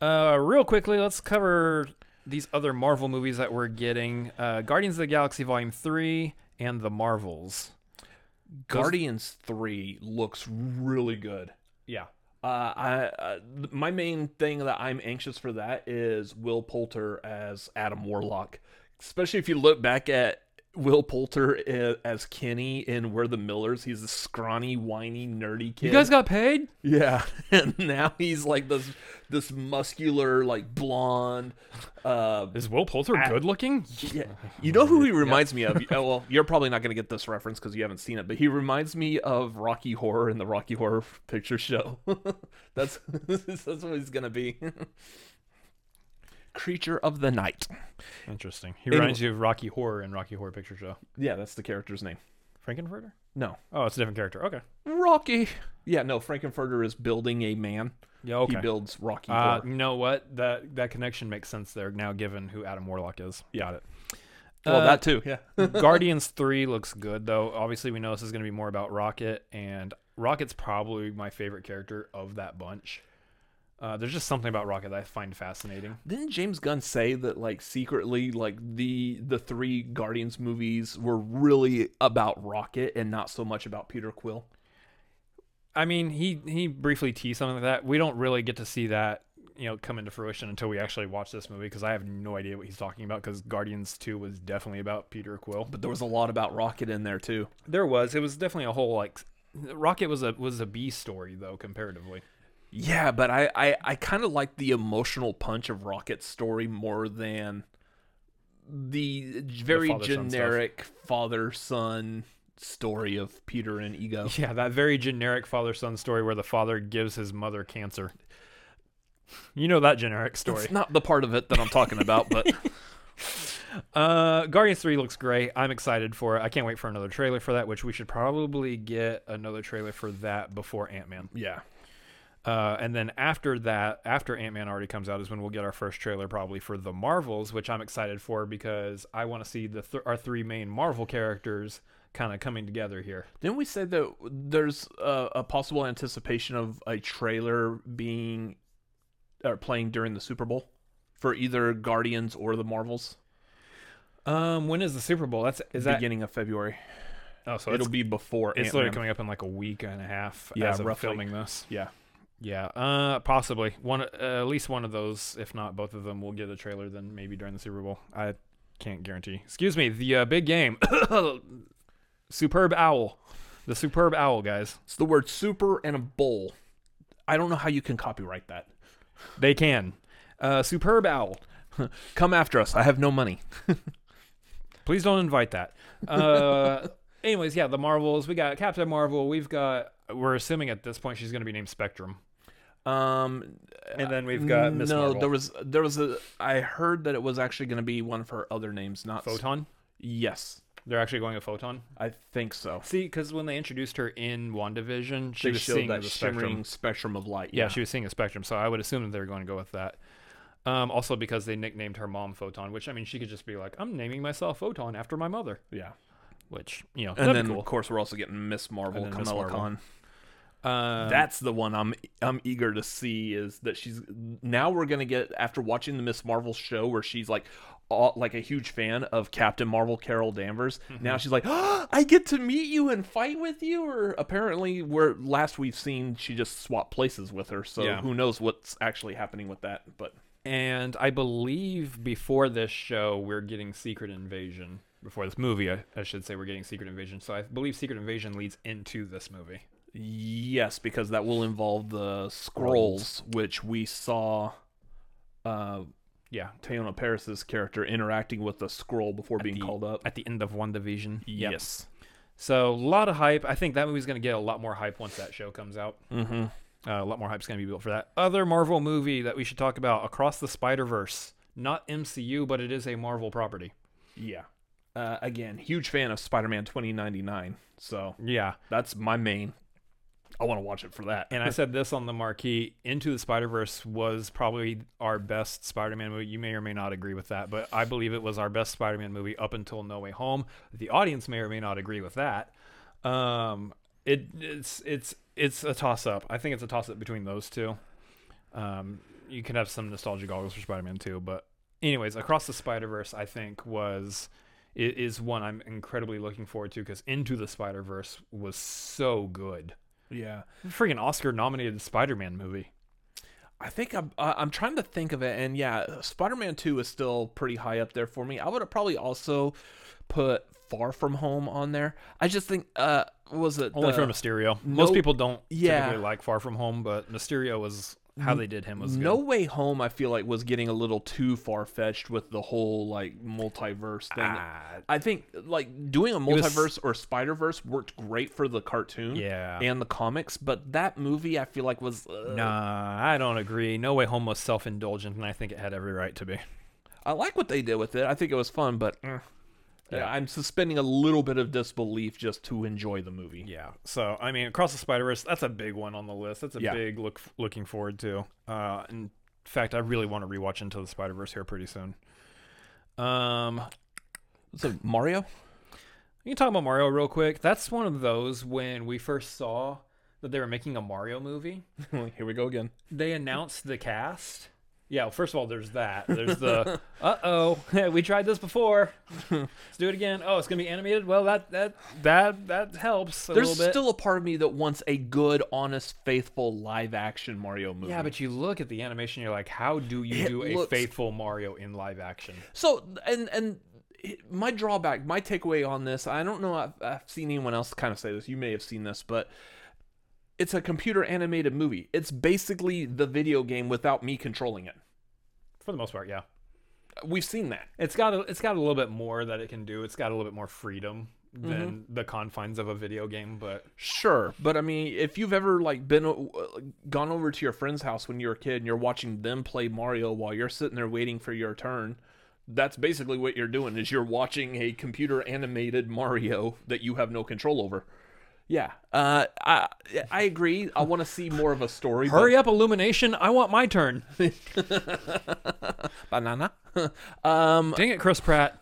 Speaker 1: Uh, real quickly, let's cover these other Marvel movies that we're getting: uh, Guardians of the Galaxy Volume Three and The Marvels.
Speaker 2: Guardians Three looks really good.
Speaker 1: Yeah,
Speaker 2: Uh, I uh, th- my main thing that I'm anxious for that is Will Poulter as Adam Warlock, especially if you look back at Will Poulter i- as Kenny in We're the Millers. He's a scrawny, whiny, nerdy kid.
Speaker 1: you guys got paid.
Speaker 2: yeah, and now he's like this this muscular, like blonde. Uh,
Speaker 1: Is Will Poulter good looking?
Speaker 2: yeah. You know who he reminds me of? Oh, well, you're probably not going to get this reference because you haven't seen it, but he reminds me of Rocky Horror and the Rocky Horror Picture Show. that's that's what he's going to be. Creature of the Night.
Speaker 1: Interesting. He reminds you of Rocky Horror and Rocky Horror Picture Show.
Speaker 2: Yeah, that's the character's name.
Speaker 1: Frankenfurter?
Speaker 2: No,
Speaker 1: Oh, it's a different character. Okay.
Speaker 2: Rocky. Yeah, no. Frankenfurter is building a man.
Speaker 1: Yeah. Okay.
Speaker 2: He builds Rocky
Speaker 1: uh,
Speaker 2: Horror.
Speaker 1: you know what? That that connection makes sense there now, given who Adam Warlock is. Got it.
Speaker 2: Well,
Speaker 1: uh,
Speaker 2: that too. Yeah.
Speaker 1: Guardians 3 looks good though. Obviously we know this is going to be more about Rocket and Rocket's probably my favorite character of that bunch. Uh, there's just something about Rocket that I find fascinating.
Speaker 2: Didn't James Gunn say that like secretly like the the three Guardians movies were really about Rocket and not so much about Peter Quill?
Speaker 1: I mean, he he briefly teased something like that. We don't really get to see that you know come into fruition until we actually watch this movie because I have no idea what he's talking about because Guardians Two was definitely about Peter Quill.
Speaker 2: But there was a lot about Rocket in there too.
Speaker 1: There was it was definitely a whole like Rocket was a was a B story though comparatively.
Speaker 2: Yeah, but I I, I kind of like the emotional punch of Rocket's story more than the very
Speaker 1: father-son stuff.
Speaker 2: generic father son story of Peter and Ego.
Speaker 1: Yeah, that very generic father son story where the father gives his mother cancer. You know that generic story.
Speaker 2: It's not the part of it that I'm talking about, but
Speaker 1: Uh, Guardians 3 looks great. I'm excited for it. I can't wait for another trailer for that, which we should probably get another trailer for that before Ant Man.
Speaker 2: yeah.
Speaker 1: Uh, and then after that, after Ant Man already comes out, is when we'll get our first trailer probably for the Marvels, which I'm excited for because I want to see the th- our three main Marvel characters kind of coming together here.
Speaker 2: Didn't we say that there's a, a possible anticipation of a trailer being or playing during the Super Bowl for either Guardians or the Marvels?
Speaker 1: Um, when is the Super Bowl? That's is that
Speaker 2: beginning of February.
Speaker 1: oh, so
Speaker 2: It'll
Speaker 1: it's,
Speaker 2: be before
Speaker 1: it's
Speaker 2: Ant-Man.
Speaker 1: literally coming up in like a week and a half.
Speaker 2: Yeah,
Speaker 1: as of
Speaker 2: roughly.
Speaker 1: filming this.
Speaker 2: Yeah.
Speaker 1: Yeah, uh, possibly one, uh, at least one of those, if not both of them, will get a trailer. Then maybe during the Super Bowl, I can't guarantee. Excuse me, the uh, big game, superb owl, the superb owl, guys.
Speaker 2: It's the word super and a bowl. I don't know how you can copyright that.
Speaker 1: They can, uh, superb owl.
Speaker 2: Come after us. I have no money.
Speaker 1: Please don't invite that. Uh, anyways, yeah, the Marvels. We got Captain Marvel. We've got. We're assuming at this point she's going to be named Spectrum,
Speaker 2: Um,
Speaker 1: and then we've got Miss
Speaker 2: no,
Speaker 1: Marvel.
Speaker 2: there was there was a. I heard that it was actually going to be one of her other names, not
Speaker 1: Photon.
Speaker 2: Yes,
Speaker 1: They're actually going a photon.
Speaker 2: I think so.
Speaker 1: See, because when they introduced her in WandaVision, she
Speaker 2: They
Speaker 1: was
Speaker 2: showed
Speaker 1: seeing
Speaker 2: that
Speaker 1: the spectrum.
Speaker 2: shimmering spectrum of light.
Speaker 1: Yeah, she was seeing a spectrum, so I would assume that they were going to go with that. Um, also, because they nicknamed her mom Photon, which I mean, she could just be like, "I'm naming myself Photon after my mother,"
Speaker 2: yeah.
Speaker 1: which you know,
Speaker 2: And
Speaker 1: that'd
Speaker 2: then
Speaker 1: be
Speaker 2: of
Speaker 1: cool.
Speaker 2: course we're also getting Miss Marvel,
Speaker 1: And then Miss
Speaker 2: Kamala
Speaker 1: Marvel.
Speaker 2: Khan.
Speaker 1: Uh,
Speaker 2: That's the one I'm I'm eager to see is that she's now we're gonna get after watching the Miss Marvel show where she's like all, like a huge fan of Captain Marvel Carol Danvers. Now
Speaker 1: Mm-hmm.
Speaker 2: she's like, oh, I get to meet you and fight with you. Or apparently, where last we've seen she just swapped places with her. So
Speaker 1: Yeah.
Speaker 2: who knows what's actually happening with that? But
Speaker 1: and I believe before this show, we're getting Secret Invasion. Before this movie, I, I should say we're getting Secret Invasion. So I believe Secret Invasion leads into this movie.
Speaker 2: yes, because that will involve the scrolls, which we saw. Uh,
Speaker 1: Yeah,
Speaker 2: Tayona Paris's character interacting with the scroll before being
Speaker 1: the-
Speaker 2: called up.
Speaker 1: at the end of One Division.
Speaker 2: Yes.
Speaker 1: So a lot of hype. I think that movie's going to get a lot more hype once that show comes out.
Speaker 2: Mm-hmm.
Speaker 1: Uh, a lot more hype's going to be built for that. Other Marvel movie that we should talk about: Across the Spider Verse. Not MCU, but it is a Marvel property.
Speaker 2: Yeah. Uh, again, huge fan of Spider-Man 2099, so
Speaker 1: Yeah,
Speaker 2: that's my main. I want to watch it for that.
Speaker 1: and I said this on the marquee: Into the Spider Verse was probably our best Spider-Man movie. You may or may not agree with that, but I believe it was our best Spider-Man movie up until No Way Home. The audience may or may not agree with that. Um, it, it's it's it's a toss-up. I think it's a toss-up between those two. Um, you can have some nostalgia goggles for Spider-Man too, but anyways, Across the Spider-Verse I think was i- is one I'm incredibly looking forward to because Into the Spider-Verse was so good.
Speaker 2: yeah,
Speaker 1: Freaking Oscar-nominated Spider-Man movie.
Speaker 2: I think I'm I- I'm trying to think of it, and yeah, Spider-Man 2 is still pretty high up there for me. I would have probably also put Far From Home on there. I just think uh, was it
Speaker 1: Only
Speaker 2: the-
Speaker 1: for Mysterio. Most
Speaker 2: no-
Speaker 1: people don't
Speaker 2: yeah.
Speaker 1: typically like Far From Home, but Mysterio was how they did him was good.
Speaker 2: No Way Home, I feel like was getting a little too far fetched with the whole like multiverse thing.
Speaker 1: Ah.
Speaker 2: I think like doing a
Speaker 1: was-
Speaker 2: multiverse or Spider Verse worked great for the cartoon,
Speaker 1: Yeah.
Speaker 2: and the comics, but that movie I feel like was uh,
Speaker 1: Nah, I don't agree. No Way Home was self-indulgent, and I think it had every right to be.
Speaker 2: I like what they did with it. I think it was fun, but eh.
Speaker 1: Yeah.
Speaker 2: I'm suspending a little bit of disbelief just to enjoy the movie.
Speaker 1: Yeah. So I mean, Across the Spider Verse, that's a big one on the list. That's a
Speaker 2: Yeah.
Speaker 1: big look looking forward to. Uh, in fact, I really want to rewatch Into the Spider Verse here pretty soon. Um,
Speaker 2: So Mario,
Speaker 1: you can talk about Mario real quick. That's one of those when we first saw that they were making a Mario movie.
Speaker 2: Here we go again.
Speaker 1: They announced the cast. Yeah, well, first of all, there's that. There's the uh oh, we tried this before. Let's do it again. Oh, it's gonna be animated. Well, that that that that helps a
Speaker 2: There's
Speaker 1: little bit.
Speaker 2: still a part of me that wants a good, honest, faithful live action Mario movie.
Speaker 1: yeah, but you look at the animation, you're like, how do you do a
Speaker 2: looks-
Speaker 1: faithful Mario in live action?
Speaker 2: So and and my drawback, my takeaway on this, I don't know. I've, I've seen anyone else kind of say this. You may have seen this, but it's a computer animated movie. It's basically the video game without me controlling it.
Speaker 1: For the most part, yeah.
Speaker 2: We've seen that.
Speaker 1: It's got a, it's got a little bit more that it can do. It's got a little bit more freedom than the confines of a video game, but
Speaker 2: Sure, but I mean, if you've ever like been uh, gone over to your friend's house when you were a kid and you're watching them play Mario while you're sitting there waiting for your turn, that's basically what you're doing is you're watching a computer animated Mario that you have no control over. Yeah, uh, I I agree. I want to see more of a story. but-
Speaker 1: hurry up, Illumination! I want my turn.
Speaker 2: banana. um,
Speaker 1: Dang it, Chris Pratt.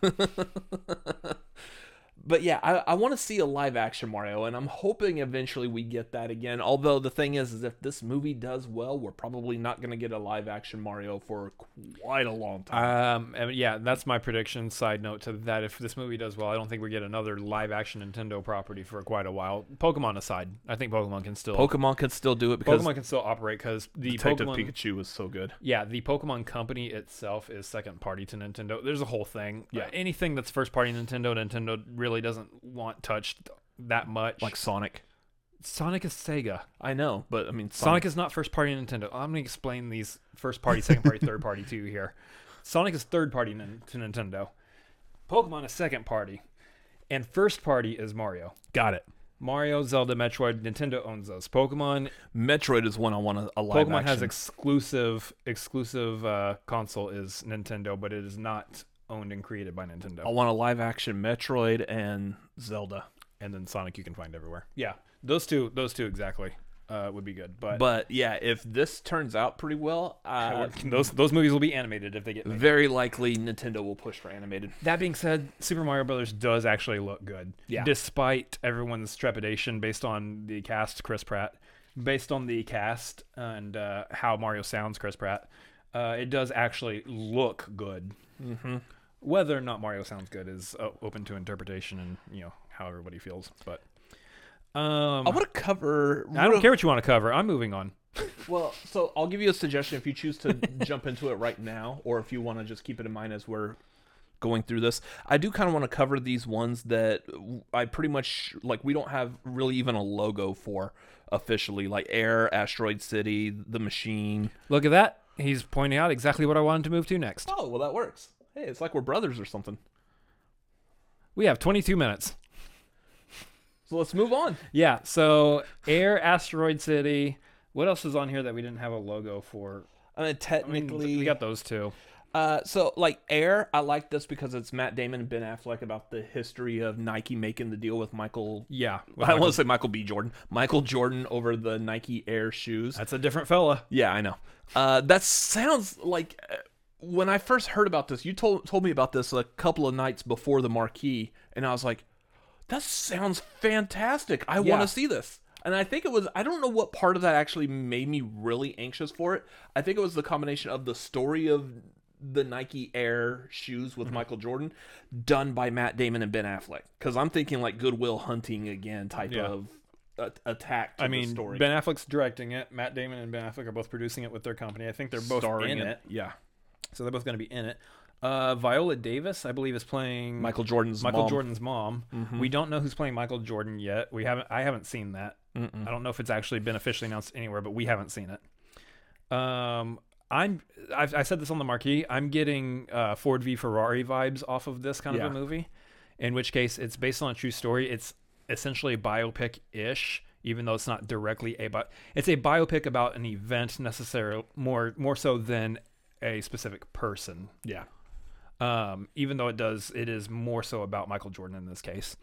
Speaker 2: but yeah, I, I want to see a live action Mario, and I'm hoping eventually we get that again. Although the thing is, is if this movie does well, we're probably not going to get a live action Mario for quite a long time.
Speaker 1: Um, and yeah, that's my prediction. Side note to that: if this movie does well, I don't think we get another live-action Nintendo property for quite a while. Pokemon aside, I think Pokemon can still
Speaker 2: Pokemon could still do it because
Speaker 1: Pokemon can still operate because the
Speaker 2: Detective
Speaker 1: Pokemon,
Speaker 2: Pikachu was so good.
Speaker 1: yeah, the Pokemon company itself is second party to Nintendo. There's a whole thing.
Speaker 2: Yeah.
Speaker 1: Uh, anything that's first party Nintendo, Nintendo really doesn't want touched that much.
Speaker 2: Like Sonic.
Speaker 1: Sonic is Sega.
Speaker 2: I know, but I mean,
Speaker 1: Sonic
Speaker 2: Sonic.
Speaker 1: is not first party Nintendo. I'm going to explain these first party, second party, third party to you here. Sonic is third party nin- to Nintendo. Pokemon is second party. And first party is Mario.
Speaker 2: got it.
Speaker 1: Mario, Zelda, Metroid, Nintendo owns those. Pokemon
Speaker 2: Metroid is one I want to a live
Speaker 1: Pokemon has
Speaker 2: action.
Speaker 1: exclusive exclusive uh, console is Nintendo, but it is not owned and created by Nintendo.
Speaker 2: I want a live action Metroid and Zelda.
Speaker 1: And then Sonic you can find everywhere. Yeah. Those two those two exactly uh, would be good. But,
Speaker 2: But yeah, if this turns out pretty well, uh,
Speaker 1: those those movies will be animated if they get made.
Speaker 2: very likely Nintendo will push for animated.
Speaker 1: That being said, Super Mario Brothers does actually look good.
Speaker 2: Yeah.
Speaker 1: Despite everyone's trepidation based on the cast, Chris Pratt, based on the cast and uh, how Mario sounds, Chris Pratt, uh, it does actually look good. Mm-hmm. Whether or not Mario sounds good is uh, open to interpretation and you know how everybody feels. But um,
Speaker 2: I want to cover.
Speaker 1: I don't care what you want to cover. I'm moving on.
Speaker 2: Well, so I'll give you a suggestion if you choose to jump into it right now, or if you want to just keep it in mind as we're going through this. I do kind of want to cover these ones that I pretty much like. We don't have really even a logo for officially, like Air, Asteroid City, The Machine.
Speaker 1: Look at that. He's pointing out exactly what I wanted to move to next.
Speaker 2: Oh, well, that works. Hey, it's like we're brothers or something.
Speaker 1: We have 22 minutes.
Speaker 2: So let's move on.
Speaker 1: Yeah, so Air Asteroid City. What else is on here that we didn't have a logo for?
Speaker 2: I mean,
Speaker 1: I mean,
Speaker 2: technically,
Speaker 1: we got those two.
Speaker 2: Uh, so like Air, I like this because it's Matt Damon and Ben Affleck about the history of Nike making the deal with Michael.
Speaker 1: Yeah. with
Speaker 2: I
Speaker 1: Michael-
Speaker 2: want to say Michael B. Jordan, Michael Jordan over the Nike Air shoes.
Speaker 1: That's a different fella.
Speaker 2: Yeah, I know. Uh, that sounds like uh, when I first heard about this. You told told me about this a couple of nights before the marquee, and I was like, "That sounds fantastic! I want
Speaker 1: Yeah.
Speaker 2: to see this." And I think it was I don't know what part of that actually made me really anxious for it. I think it was the combination of the story of the Nike Air shoes
Speaker 1: Mm-hmm.
Speaker 2: with Michael Jordan done by Matt Damon and Ben Affleck cuz I'm thinking like Goodwill Hunting again type
Speaker 1: Yeah.
Speaker 2: of a- attack to
Speaker 1: I
Speaker 2: the
Speaker 1: mean,
Speaker 2: story
Speaker 1: Ben Affleck's directing it. Matt Damon and Ben Affleck are both producing it with their company. I think they're both in it.
Speaker 2: Yeah.
Speaker 1: So they're both going to be in it. Uh, Viola Davis, I believe, is playing
Speaker 2: Michael Jordan's
Speaker 1: Michael
Speaker 2: mom. Mm-hmm.
Speaker 1: Jordan's mom. We don't know who's playing Michael Jordan yet. We haven't. I haven't seen that. I don't know if it's actually been officially announced anywhere, but we haven't seen it. Um, I'm. I've, I said this on the marquee. I'm getting uh, Ford v Ferrari vibes off of this kind
Speaker 2: Yeah.
Speaker 1: of a movie. In which case, it's based on a true story. It's essentially biopic ish, even though it's not directly a bi- It's a biopic about an event necessarily more more so than a specific person
Speaker 2: Yeah.
Speaker 1: um, even though it does it is more so about Michael Jordan in this case.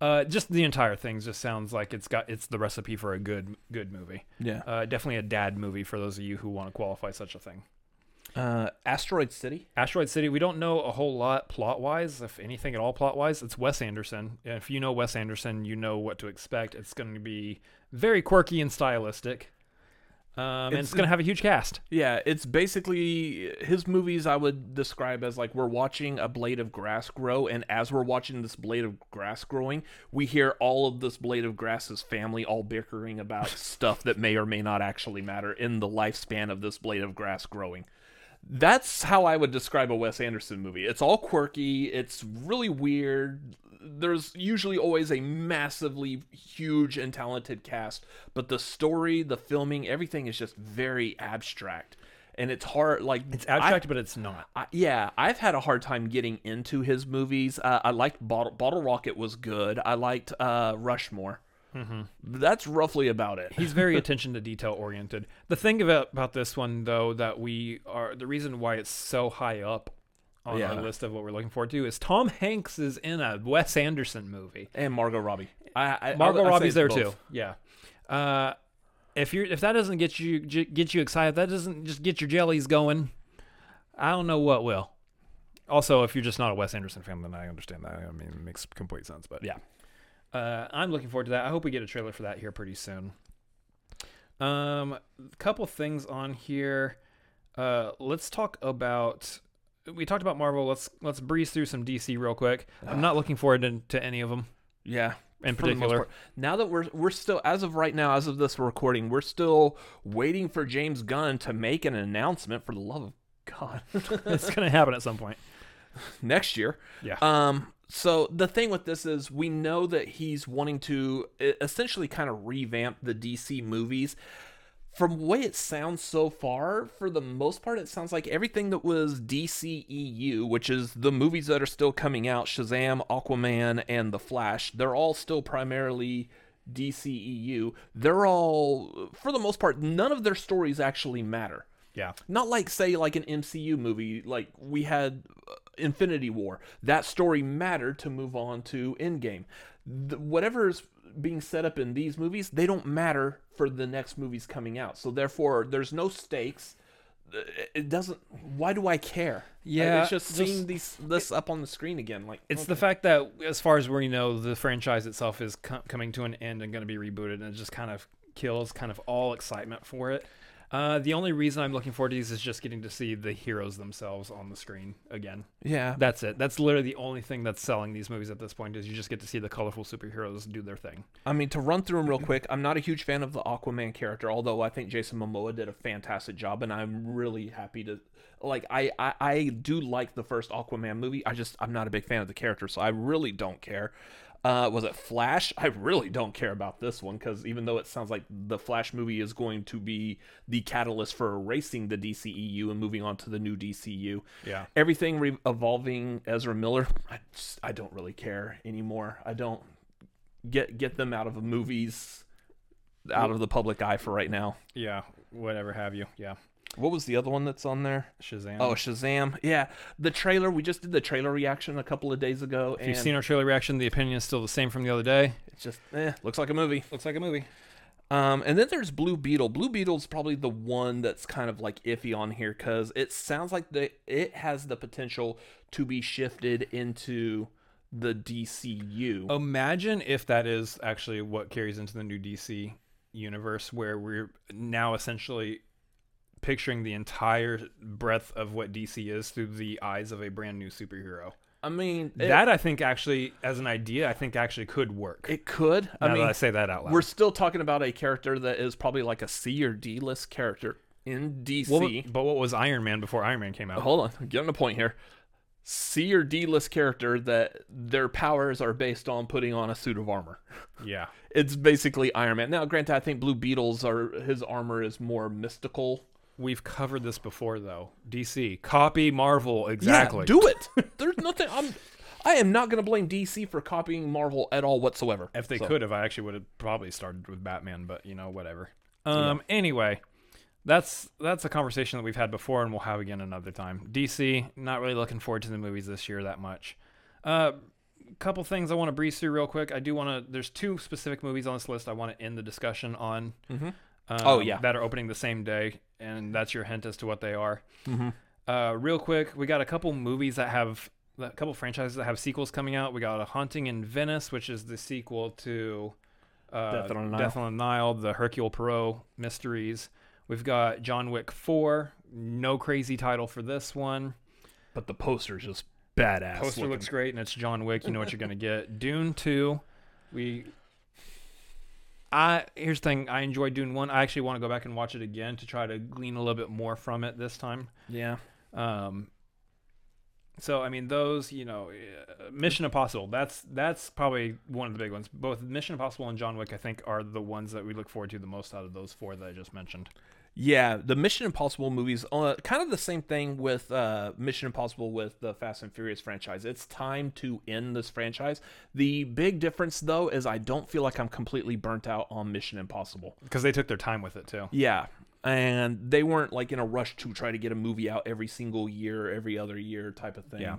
Speaker 1: Uh, just the entire thing just sounds like it's got it's the recipe for a good good movie.
Speaker 2: Yeah.
Speaker 1: Uh, definitely a dad movie for those of you who want to qualify such a thing.
Speaker 2: Uh, Asteroid City.
Speaker 1: Asteroid City, we don't know a whole lot plot wise, if anything at all plot wise. It's Wes Anderson. If you know Wes Anderson, you know what to expect. It's going to be very quirky and stylistic. Um, and it's,
Speaker 2: It's-
Speaker 1: going to have a huge cast.
Speaker 2: Yeah, it's basically his movies. I would describe as like we're watching a blade of grass grow, and as we're watching this blade of grass growing, we hear all of this blade of grass's family all bickering about stuff that may or may not actually matter in the lifespan of this blade of grass growing. That's how I would describe a Wes Anderson movie. It's all quirky, it's really weird. There's usually always a massively huge and talented cast, but the story, the filming, everything is just very abstract. And it's hard like
Speaker 1: It's abstract, but it's not.
Speaker 2: I, yeah, I've had a hard time getting into his movies. Uh, I liked Bottle, Bottle Rocket was good. I liked uh, Rushmore.
Speaker 1: Mm-hmm.
Speaker 2: That's roughly about it.
Speaker 1: He's very attention to detail oriented. The thing about, about this one, though, that we are the reason why it's so high up on
Speaker 2: Yeah.
Speaker 1: our list of what we're looking forward to is Tom Hanks is in a Wes Anderson movie.
Speaker 2: And Margot Robbie. I, I,
Speaker 1: Margot
Speaker 2: I, I'd say
Speaker 1: Robbie's
Speaker 2: it's
Speaker 1: there
Speaker 2: both.
Speaker 1: too. Yeah. Uh, if you are if that doesn't get you j- get you excited, that doesn't just get your jellies going. I don't know what will. Also, if you're just not a Wes Anderson fan, then I understand that. I mean, it makes complete sense. But
Speaker 2: Yeah.
Speaker 1: uh, I'm looking forward to that. I hope we get a trailer for that here pretty soon. Um, a couple things on here. Uh, let's talk about. We talked about Marvel. Let's let's breeze through some DC real quick. I'm not looking forward to, to any of them
Speaker 2: Yeah.
Speaker 1: in
Speaker 2: Ah. for the most
Speaker 1: particular.
Speaker 2: part. Now that we're we're still as of right now, as of this recording, we're still waiting for James Gunn to make an announcement for the love of God
Speaker 1: it's gonna happen at some point.
Speaker 2: next year.
Speaker 1: Yeah.
Speaker 2: Um so the thing with this is we know that he's wanting to e- essentially kind of revamp the DC movies. From the way it sounds so far, for the most part, it sounds like everything that was DCEU, which is the movies that are still coming out Shazam, Aquaman, and The Flash, they're all still primarily DCEU. They're all, for the most part, none of their stories actually matter
Speaker 1: yeah.
Speaker 2: not like say like an MCU movie like we had uh, Infinity War that story mattered to move on to Endgame the, whatever is being set up in these movies they don't matter for the next movies coming out so therefore there's no stakes Uh, it doesn't why do I care
Speaker 1: Yeah,
Speaker 2: it's just,
Speaker 1: just-
Speaker 2: seeing these this up on the screen again like
Speaker 1: It's the fact that, as far as we know, the franchise itself is co- coming to an end and going to be rebooted, and it just kind of kills kind of all excitement for it. Uh, the only reason I'm looking forward to these is just getting to see the heroes themselves on the screen again.
Speaker 2: yeah
Speaker 1: That's it. That's literally the only thing that's selling these movies at this point is you just get to see the colorful superheroes do their thing.
Speaker 2: I mean, to run through them real quick, I'm not a huge fan of the Aquaman character, although I think Jason Momoa did a fantastic job, and I'm really happy to like. I I, I do like the first Aquaman movie. I just I'm not a big fan of the character, so I really don't care. Uh, was it Flash? I really don't care about this one because even though it sounds like the Flash movie is going to be the catalyst for erasing the DCEU and moving on to the new E DCU,
Speaker 1: Yeah.
Speaker 2: everything re- evolving Ezra Miller, I, just, I don't really care anymore. I don't get get them out of the movies, out of the public eye for right now.
Speaker 1: Yeah. Whatever have you. Yeah.
Speaker 2: What was the other one that's on there?
Speaker 1: Shazam.
Speaker 2: Oh, Shazam! Yeah, the trailer. We just did the trailer reaction a couple of days ago,
Speaker 1: if
Speaker 2: and
Speaker 1: you've seen our trailer reaction, the opinion is still the same from the other day.
Speaker 2: it's just eh, looks like a movie.
Speaker 1: Looks like a movie.
Speaker 2: Um, and then there's Blue Beetle. Blue Beetle's probably the one that's kind of like iffy on here because it sounds like the it has the potential to be shifted into the DCU.
Speaker 1: Imagine if that is actually what carries into the new DC universe, where we're now essentially picturing the entire breadth of what DC is through the eyes of a brand new superhero.
Speaker 2: I mean, it,
Speaker 1: that I think actually, as an idea, I think actually could work.
Speaker 2: it could. I
Speaker 1: now
Speaker 2: mean,
Speaker 1: that I say that out loud,
Speaker 2: we're still talking about a character that is probably like a C or D list character in DC.
Speaker 1: What wa- but what was Iron Man before Iron Man came out?
Speaker 2: Hold on, I'm getting a point here. C or D list character that their powers are based on putting on a suit of armor.
Speaker 1: Yeah,
Speaker 2: It's basically Iron Man. Now, granted, I think Blue Beetles are his armor is more mystical.
Speaker 1: we've covered this before though. DC copy Marvel exactly.
Speaker 2: Yeah, do it. There's nothing. I'm. I am not going to blame DC for copying Marvel at all whatsoever.
Speaker 1: If they
Speaker 2: So,
Speaker 1: could have, I actually would have probably started with Batman, but you know, whatever. Um, anyway, that's that's a conversation that we've had before, and we'll have again another time. DC, not really looking forward to the movies this year that much. Uh, couple things I want to breeze through real quick. I do want to. There's two specific movies on this list I want to end the discussion on. Um,
Speaker 2: Oh, yeah.
Speaker 1: that are opening the same day, and that's your hint as to what they are.
Speaker 2: mm-hmm.
Speaker 1: Uh, real quick, we got a couple movies that have a couple franchises that have sequels coming out. We got a Haunting in Venice, which is the sequel to uh,
Speaker 2: Death on the Nile.
Speaker 1: Death on the Nile, the Hercule Poirot mysteries. We've got John Wick Four. No crazy title for this one.
Speaker 2: But the poster's just badass.
Speaker 1: Poster
Speaker 2: looking.
Speaker 1: looks great, and it's John Wick. You know what you're gonna get. Dune two, we. I here's the thing. I enjoyed Dune one. I actually want to go back and watch it again to try to glean a little bit more from it this time.
Speaker 2: Yeah.
Speaker 1: Um. So I mean, those you know, uh, Mission Impossible. That's that's probably one of the big ones. Both Mission Impossible and John Wick, I think, are the ones that we look forward to the most out of those four that I just mentioned.
Speaker 2: Yeah, the Mission Impossible movies, uh, kind of the same thing with uh, Mission Impossible with the Fast and Furious franchise. It's time to end this franchise. The big difference, though, is I don't feel like I'm completely burnt out on Mission Impossible.
Speaker 1: Because they took their time with it too.
Speaker 2: Yeah, and they weren't like in a rush to try to get a movie out every single year, every other year type of thing.
Speaker 1: Yeah.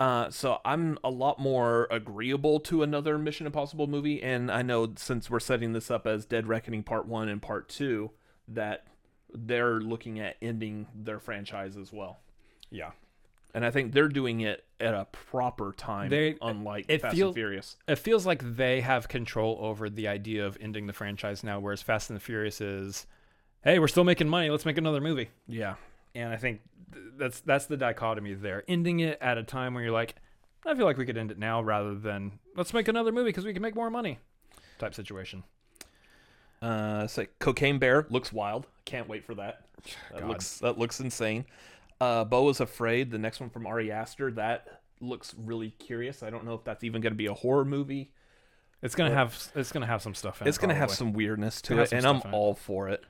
Speaker 2: Uh, so I'm a lot more agreeable to another Mission Impossible movie, and I know since we're setting this up as Dead Reckoning Part One and Part Two, that they're looking at ending their franchise as well,
Speaker 1: Yeah.
Speaker 2: and I think they're doing it at a proper time,
Speaker 1: They-
Speaker 2: unlike
Speaker 1: it
Speaker 2: Fast
Speaker 1: feel-
Speaker 2: and Furious.
Speaker 1: it feels like they have control over the idea of ending the franchise now, whereas Fast and the Furious is, hey, we're still making money, let's make another movie.
Speaker 2: Yeah,
Speaker 1: And I think th- that's that's the dichotomy there, ending it at a time where you're like, I feel like we could end it now, rather than let's make another movie because we can make more money, type situation.
Speaker 2: Uh, so Cocaine Bear looks wild. Can't wait for that. That
Speaker 1: God.
Speaker 2: looks that looks insane. Uh, Bo is afraid. The next one from Ari Aster. That looks really curious. I don't know if that's even going to be a horror movie.
Speaker 1: It's gonna have it's gonna have some stuff in it.
Speaker 2: It's going to have
Speaker 1: Uh, probably.
Speaker 2: some weirdness to
Speaker 1: It has
Speaker 2: it,
Speaker 1: some
Speaker 2: and I'm
Speaker 1: stuff in it.
Speaker 2: all for it.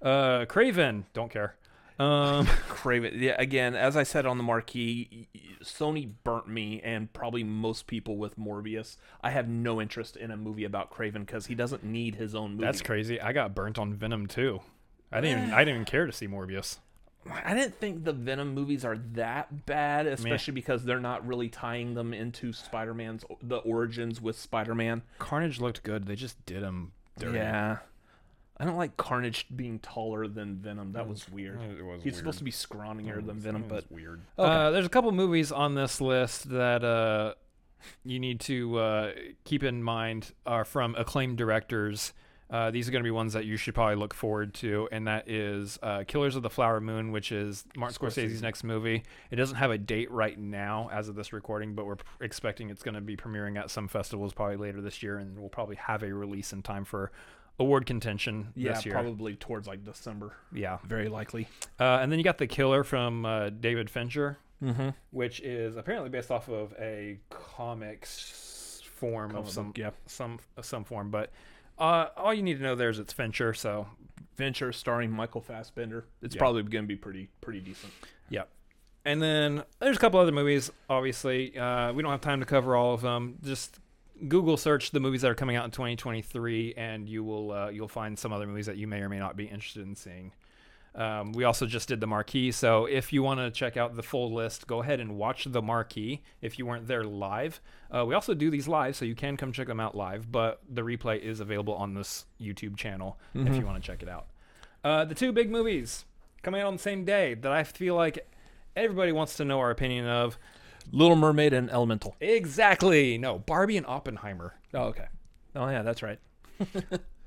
Speaker 1: uh, Craven. Don't care. Um,
Speaker 2: Craven. Yeah. Again, as I said on the marquee, y- y- Sony burnt me, and probably most people with Morbius. I have no interest in a movie about Craven because he doesn't need his own movie.
Speaker 1: that's crazy. I got burnt on Venom too. I didn't even, I didn't even care to see Morbius.
Speaker 2: I didn't think the Venom movies are that bad, especially because they're not really tying them into Spider-Man's the origins with Spider-Man.
Speaker 1: Carnage looked good. They just did him dirty.
Speaker 2: Yeah. I don't like Carnage being taller than Venom. That was weird.
Speaker 1: Mm. it was
Speaker 2: He's
Speaker 1: weird.
Speaker 2: supposed to be scrawnier than Venom, but
Speaker 1: weird. Uh, there's a couple movies on this list that uh, you need to uh, keep in mind are from acclaimed directors. Uh, these are going to be ones that you should probably look forward to, and that is uh, Killers of the Flower Moon, which is Martin Scorsese's next movie. It doesn't have a date right now as of this recording, but we're p- expecting it's going to be premiering at some festivals probably later this year, and we'll probably have a release in time for award contention
Speaker 2: yeah,
Speaker 1: this year.
Speaker 2: probably towards like December.
Speaker 1: Yeah.
Speaker 2: Very likely.
Speaker 1: Uh, and then you got The Killer from uh, David Fincher,
Speaker 2: Mm-hmm.
Speaker 1: which is apparently based off of a comics form of some
Speaker 2: yeah.
Speaker 1: some of some form. But uh, all you need to know there is it's Fincher. So
Speaker 2: Venture starring Michael Fassbender. It's
Speaker 1: Yeah.
Speaker 2: probably going to be pretty pretty decent.
Speaker 1: yeah. And then there's a couple other movies. Obviously, uh, we don't have time to cover all of them. Just Google search the movies that are coming out in 2023, and you will uh, you'll find some other movies that you may or may not be interested in seeing. Um, we also just did the marquee, so if you want to check out the full list, go ahead and watch the marquee. If you weren't there live, uh, we also do these live, so you can come check them out live. But the replay is available on this YouTube channel if you want to check it out. Uh, the two big movies coming out on the same day that I feel like everybody wants to know our opinion of.
Speaker 2: Little Mermaid and Elemental.
Speaker 1: Exactly. No, Barbie and Oppenheimer.
Speaker 2: Oh, okay. Oh yeah, that's right.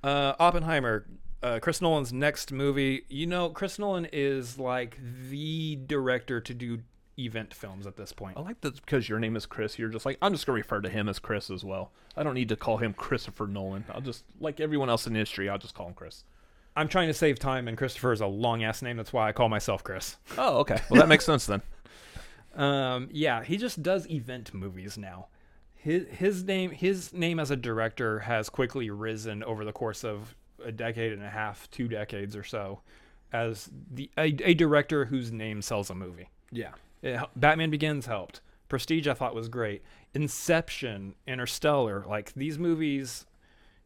Speaker 1: Uh, Oppenheimer, uh, Chris Nolan's next movie. You know, Chris Nolan is like the director to do event films at this point.
Speaker 2: I like that because your name is Chris. You're just like I'm just gonna refer to him as Chris as well. I don't need to call him Christopher Nolan. I'll just like everyone else in the industry. I'll just call him Chris.
Speaker 1: I'm trying to save time, and Christopher is a long ass name. That's why I call myself Chris.
Speaker 2: Oh, okay. Well, that makes sense then.
Speaker 1: Um, yeah, he just does event movies now. His his name his name as a director has quickly risen over the course of a decade and a half, two decades or so, as the a, a director whose name sells a movie.
Speaker 2: Yeah.
Speaker 1: It, hel- Batman Begins helped. Prestige I thought was great. Inception, Interstellar, like these movies,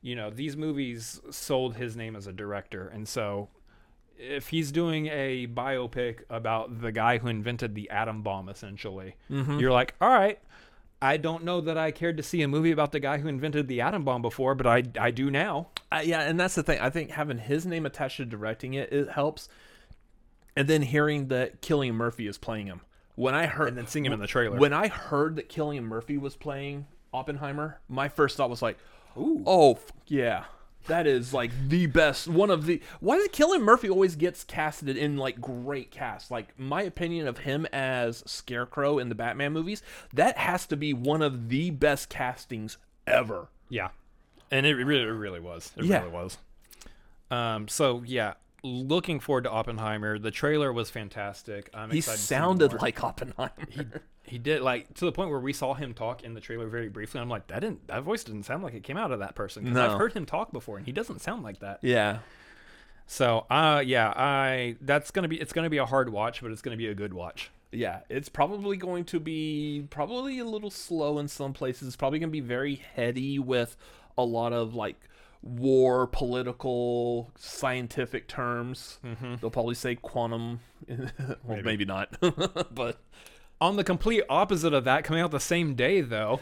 Speaker 1: you know, these movies sold his name as a director. And so if he's doing a biopic about the guy who invented the atom bomb essentially, you're like, "All right, I don't know that I cared to see a movie about the guy who invented the atom bomb before, but I I do now."
Speaker 2: I, yeah, and that's the thing. I think having his name attached to directing it it helps, and then hearing that Killian Murphy is playing him. When I heard
Speaker 1: And then seeing him in the trailer.
Speaker 2: when I heard that Killian Murphy was playing Oppenheimer, my first thought was like,
Speaker 1: Ooh.
Speaker 2: "Oh f- yeah, that is like the best one of the." Why did Killian Murphy always gets casted in like great cast? Like my opinion of him as Scarecrow in the Batman movies, that has to be one of the best castings ever.
Speaker 1: Yeah, and it really, it really was. It
Speaker 2: Yeah.
Speaker 1: really was. Um. So yeah, looking forward to Oppenheimer. The trailer was fantastic. I'm
Speaker 2: He
Speaker 1: excited. to see
Speaker 2: sounded
Speaker 1: more.
Speaker 2: like Oppenheimer.
Speaker 1: he did like to the point where we saw him talk in the trailer very briefly. I'm like, that didn't that voice didn't sound like it came out of that person. 'cause
Speaker 2: No.
Speaker 1: I've heard him talk before, and he doesn't sound like that.
Speaker 2: yeah.
Speaker 1: So, uh, yeah, I that's gonna be it's gonna be a hard watch, but it's gonna be a good watch.
Speaker 2: Yeah, it's probably going to be probably a little slow in some places. It's probably going to be very heady with a lot of like war, political, scientific terms.
Speaker 1: Mm-hmm.
Speaker 2: They'll probably say quantum. well, maybe, not, but
Speaker 1: On the complete opposite of that, coming out the same day though.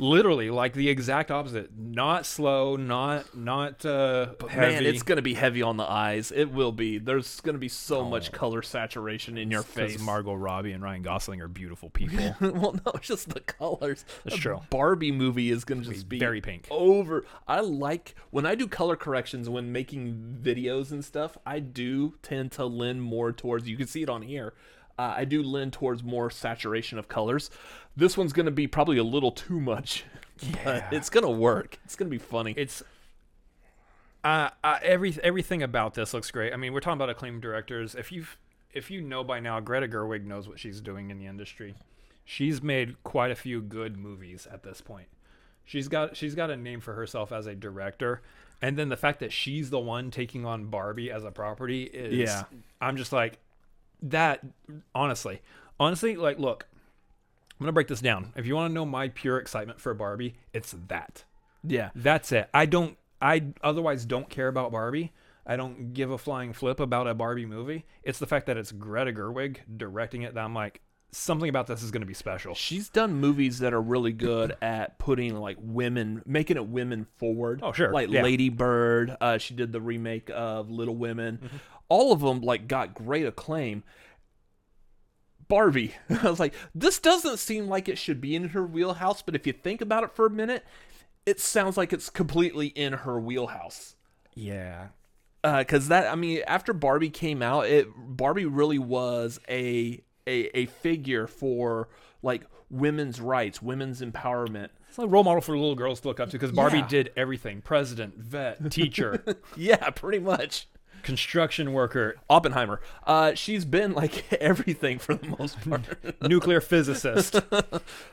Speaker 1: Literally, like the exact opposite. Not slow, not not uh heavy.
Speaker 2: man, it's going to be heavy on the eyes. It will be. There's going to be so much color saturation in your
Speaker 1: Oh. 'Cause
Speaker 2: face.
Speaker 1: Margot Robbie and Ryan Gosling are beautiful people.
Speaker 2: well, no, it's just the colors.
Speaker 1: That's
Speaker 2: A
Speaker 1: true.
Speaker 2: Barbie movie is going to just be
Speaker 1: very pink.
Speaker 2: Over. I like when I do color corrections when making videos and stuff. I do tend to lean more towards. You can see it on here. Uh, I do lean towards more saturation of colors. This one's going to be probably a little too much, but it's going to work. It's going to be funny.
Speaker 1: it's uh, uh every everything about this looks great. I mean, we're talking about acclaimed directors. If you've if you know by now, Greta Gerwig knows what she's doing in the industry. She's made quite a few good movies at this point. She's got she's got a name for herself as a director, and then the fact that she's the one taking on Barbie as a property is
Speaker 2: Yeah.
Speaker 1: I'm just like that. Honestly, honestly, like look, I'm gonna break this down. If you want to know my pure excitement for Barbie, it's that.
Speaker 2: yeah.
Speaker 1: That's it. I don't. I otherwise don't care about Barbie. I don't give a flying flip about a Barbie movie. It's the fact that it's Greta Gerwig directing it that I'm like, something about this is going to be special.
Speaker 2: She's done movies that are really good at putting like women, making it women forward.
Speaker 1: Oh, sure.
Speaker 2: like
Speaker 1: Yeah.
Speaker 2: Lady Bird. Uh, she did the remake of Little Women.
Speaker 1: Mm-hmm.
Speaker 2: All of them like got great acclaim. Barbie, I was like, this doesn't seem like it should be in her wheelhouse, but if you think about it for a minute, it sounds like it's completely in her wheelhouse
Speaker 1: Yeah.
Speaker 2: because Uh, that I mean, after Barbie came out, it Barbie really was a a a figure for like women's rights, women's empowerment.
Speaker 1: It's a role model for little girls to look up to because Barbie
Speaker 2: Yeah.
Speaker 1: did everything president, vet, teacher,
Speaker 2: Yeah, pretty much.
Speaker 1: construction worker,
Speaker 2: Oppenheimer. Uh, she's been like everything for the most part.
Speaker 1: nuclear physicist.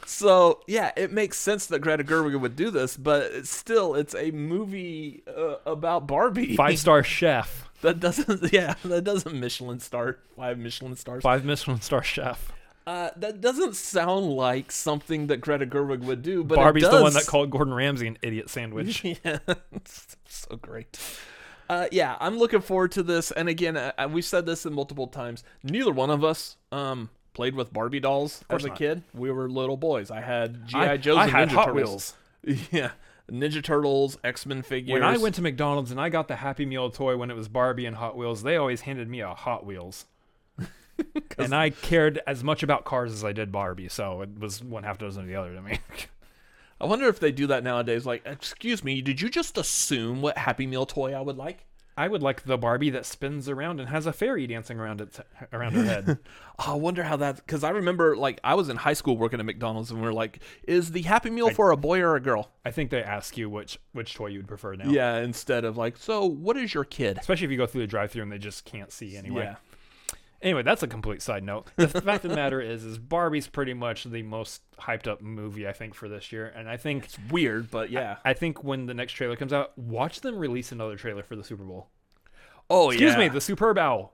Speaker 2: so yeah, it makes sense that Greta Gerwig would do this, but it's still, it's a movie uh, about Barbie.
Speaker 1: Five star chef.
Speaker 2: That doesn't, yeah, that doesn't Michelin star five Michelin stars.
Speaker 1: Five Michelin star chef.
Speaker 2: Uh, that doesn't sound like something that Greta Gerwig would do, but
Speaker 1: Barbie's
Speaker 2: it
Speaker 1: the one that
Speaker 2: does.
Speaker 1: called Gordon Ramsay an idiot sandwich.
Speaker 2: Yeah, it's so great. Uh, yeah, I'm looking forward to this. And again, uh, uh, we've said this multiple times. Neither one of us um, played with Barbie dolls as a
Speaker 1: not.
Speaker 2: kid. We were little boys. I had GI
Speaker 1: I-
Speaker 2: Joes
Speaker 1: I
Speaker 2: and
Speaker 1: had
Speaker 2: Ninja
Speaker 1: Hot
Speaker 2: Turtles. Yeah, Ninja Turtles, X Men figures.
Speaker 1: When I went to McDonald's and I got the Happy Meal toy when it was Barbie and Hot Wheels, they always handed me a Hot Wheels. and I cared as much about cars as I did Barbie, so it was one half dozen of the other to me.
Speaker 2: I wonder if they do that nowadays. Like, excuse me, did you just assume what Happy Meal toy I would like?
Speaker 1: I would like the Barbie that spins around and has a fairy dancing around its around her head.
Speaker 2: Oh, I wonder how that because I remember like I was in high school working at McDonald's and we are like, is the Happy Meal for a boy or a girl?
Speaker 1: I think they ask you which which toy you'd prefer now.
Speaker 2: Yeah, instead of like, so what is your kid?
Speaker 1: Especially if you go through the drive-through and they just can't see anyway.
Speaker 2: Yeah,
Speaker 1: Anyway, that's a complete side note. The fact of the matter is, is Barbie's pretty much the most hyped up movie I think for this year, and I think
Speaker 2: it's weird, but yeah.
Speaker 1: I think when the next trailer comes out, watch them release another trailer for the Super Bowl.
Speaker 2: oh,
Speaker 1: Excuse
Speaker 2: yeah.
Speaker 1: me, the Super Bowl.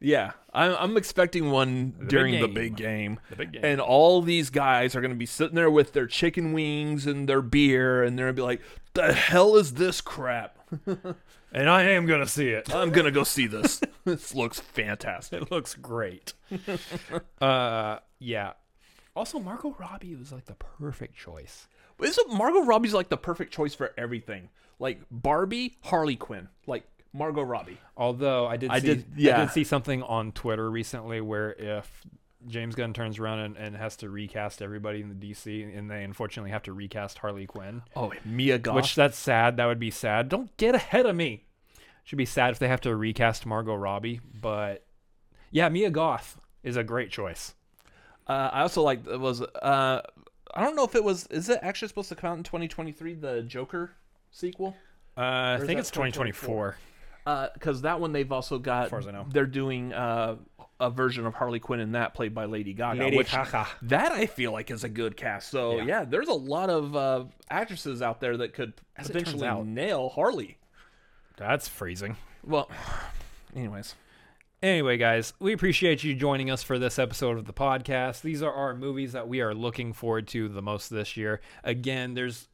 Speaker 2: yeah, I'm, I'm expecting one during the
Speaker 1: game.
Speaker 2: big game. The
Speaker 1: big game.
Speaker 2: And all these guys are going to be sitting there with their chicken wings and their beer, and they're going to be like, the hell is this crap?
Speaker 1: And I am going to see it.
Speaker 2: I'm going to go see this. this looks fantastic.
Speaker 1: It looks great. uh, yeah. Also, Margot Robbie was like the perfect choice.
Speaker 2: Isn't Margot Robbie's like the perfect choice for everything? Like Barbie, Harley Quinn, like Margot Robbie.
Speaker 1: Although I did, see, I
Speaker 2: did-
Speaker 1: did,
Speaker 2: yeah.
Speaker 1: see something on Twitter recently where if James Gunn turns around and, and has to recast everybody in the DC, and they unfortunately have to recast Harley Quinn,
Speaker 2: Oh, Mia Goth.
Speaker 1: which that's sad. That would be sad. Don't get ahead of me. Should be sad if they have to recast Margot Robbie, but yeah, Mia Goth is a great choice.
Speaker 2: Uh, I also like it was uh, I don't know if it was is it actually supposed to come out in 2023 the Joker sequel
Speaker 1: Uh, I
Speaker 2: is
Speaker 1: think
Speaker 2: that
Speaker 1: it's 2024.
Speaker 2: because that one they've also got
Speaker 1: far as I know.
Speaker 2: they're doing uh, a version of Harley Quinn in that played by Lady Gaga
Speaker 1: Lady
Speaker 2: which
Speaker 1: Gaga.
Speaker 2: that I feel like is a good cast so yeah,
Speaker 1: Yeah.
Speaker 2: there's a lot of uh, actresses out there that could
Speaker 1: it turns
Speaker 2: potentially
Speaker 1: out.
Speaker 2: nail Harley
Speaker 1: That's freezing.
Speaker 2: well anyways
Speaker 1: Anyway, guys, we appreciate you joining us for this episode of the podcast. These are our movies that we are looking forward to the most this year. Again, there's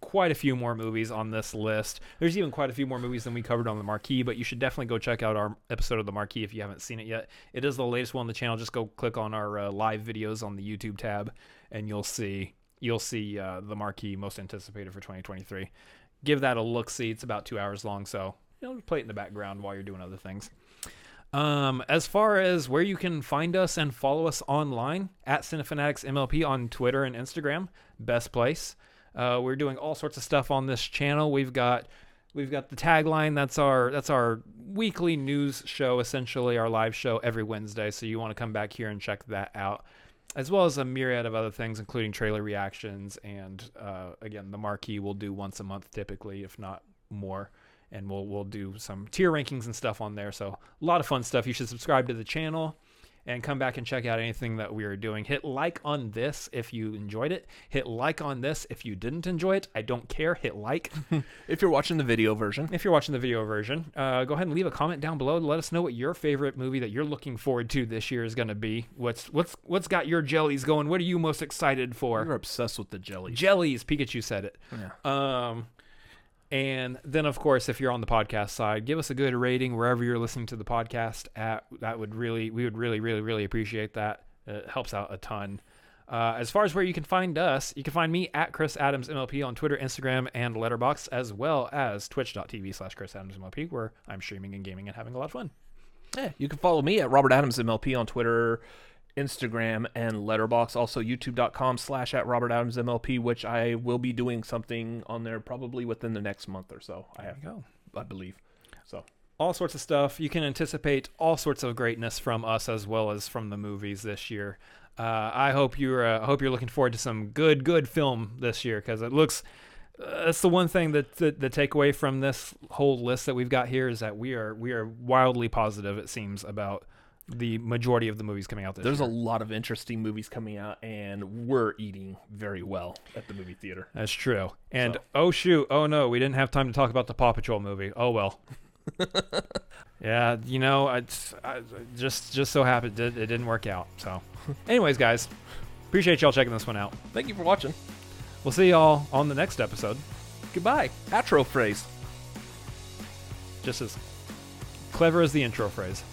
Speaker 1: quite a few more movies on this list. There's even quite a few more movies than we covered on the marquee, but you should definitely go check out our episode of the marquee if you haven't seen it yet. It is the latest one on the channel. Just go click on our uh, live videos on the YouTube tab, and you'll see you'll see uh, the marquee most anticipated for 2023. Give that a look. See, it's about two hours long, so you know, play it in the background while you're doing other things. Um, as far as where you can find us and follow us online at Cinefanatics MLP on Twitter and Instagram, best place. Uh, we're doing all sorts of stuff on this channel. We've got we've got the tagline. That's our that's our weekly news show, essentially our live show every Wednesday. So you want to come back here and check that out, as well as a myriad of other things, including trailer reactions and uh, again the marquee we'll do once a month typically, if not more and we'll we'll do some tier rankings and stuff on there. So a lot of fun stuff. You should subscribe to the channel and come back and check out anything that we are doing. Hit like on this if you enjoyed it. Hit like on this if you didn't enjoy it. I don't care. Hit like.
Speaker 2: if you're watching the video version
Speaker 1: if you're watching the video version, uh, go ahead and leave a comment down below. to Let us know what your favorite movie that you're looking forward to this year is going to be. What's what's what's got your jellies going? What are you most excited for?
Speaker 2: you're obsessed with the jelly
Speaker 1: jellies pikachu said it um and then of course if you're on the podcast side give us a good rating wherever you're listening to the podcast at that would really we would really really really appreciate that it helps out a ton uh, as far as where you can find us you can find me at chris adams mlp on twitter instagram and letterbox as well as twitch.tv slash chris adams mlp where i'm streaming and gaming and having a lot of fun
Speaker 2: Yeah, you can follow me at Robert Adams MLP on Twitter, Instagram, and Letterbox. Also, YouTube.com slash at Robert Adams MLP, which I will be doing something on there probably within the next month or so. I have,
Speaker 1: go
Speaker 2: I believe. So
Speaker 1: all sorts of stuff. You can anticipate all sorts of greatness from us as well as from the movies this year. Uh, I hope you're uh, I hope you're looking forward to some good good film this year because it looks uh, that's the one thing that the, the takeaway from this whole list that we've got here is that we are we are wildly positive it seems about the majority of the movies coming out this
Speaker 2: there's
Speaker 1: year.
Speaker 2: a lot of interesting movies coming out, and we're eating very well at the movie theater.
Speaker 1: That's true. And oh shoot, oh no, we didn't have time to talk about the Paw Patrol movie. Oh well. yeah, you know, I, I just just so happened it, it didn't work out. So, anyways, guys, appreciate y'all checking this one out.
Speaker 2: Thank you for watching.
Speaker 1: We'll see y'all on the next episode.
Speaker 2: Goodbye. Outro phrase.
Speaker 1: Just as clever as the intro phrase.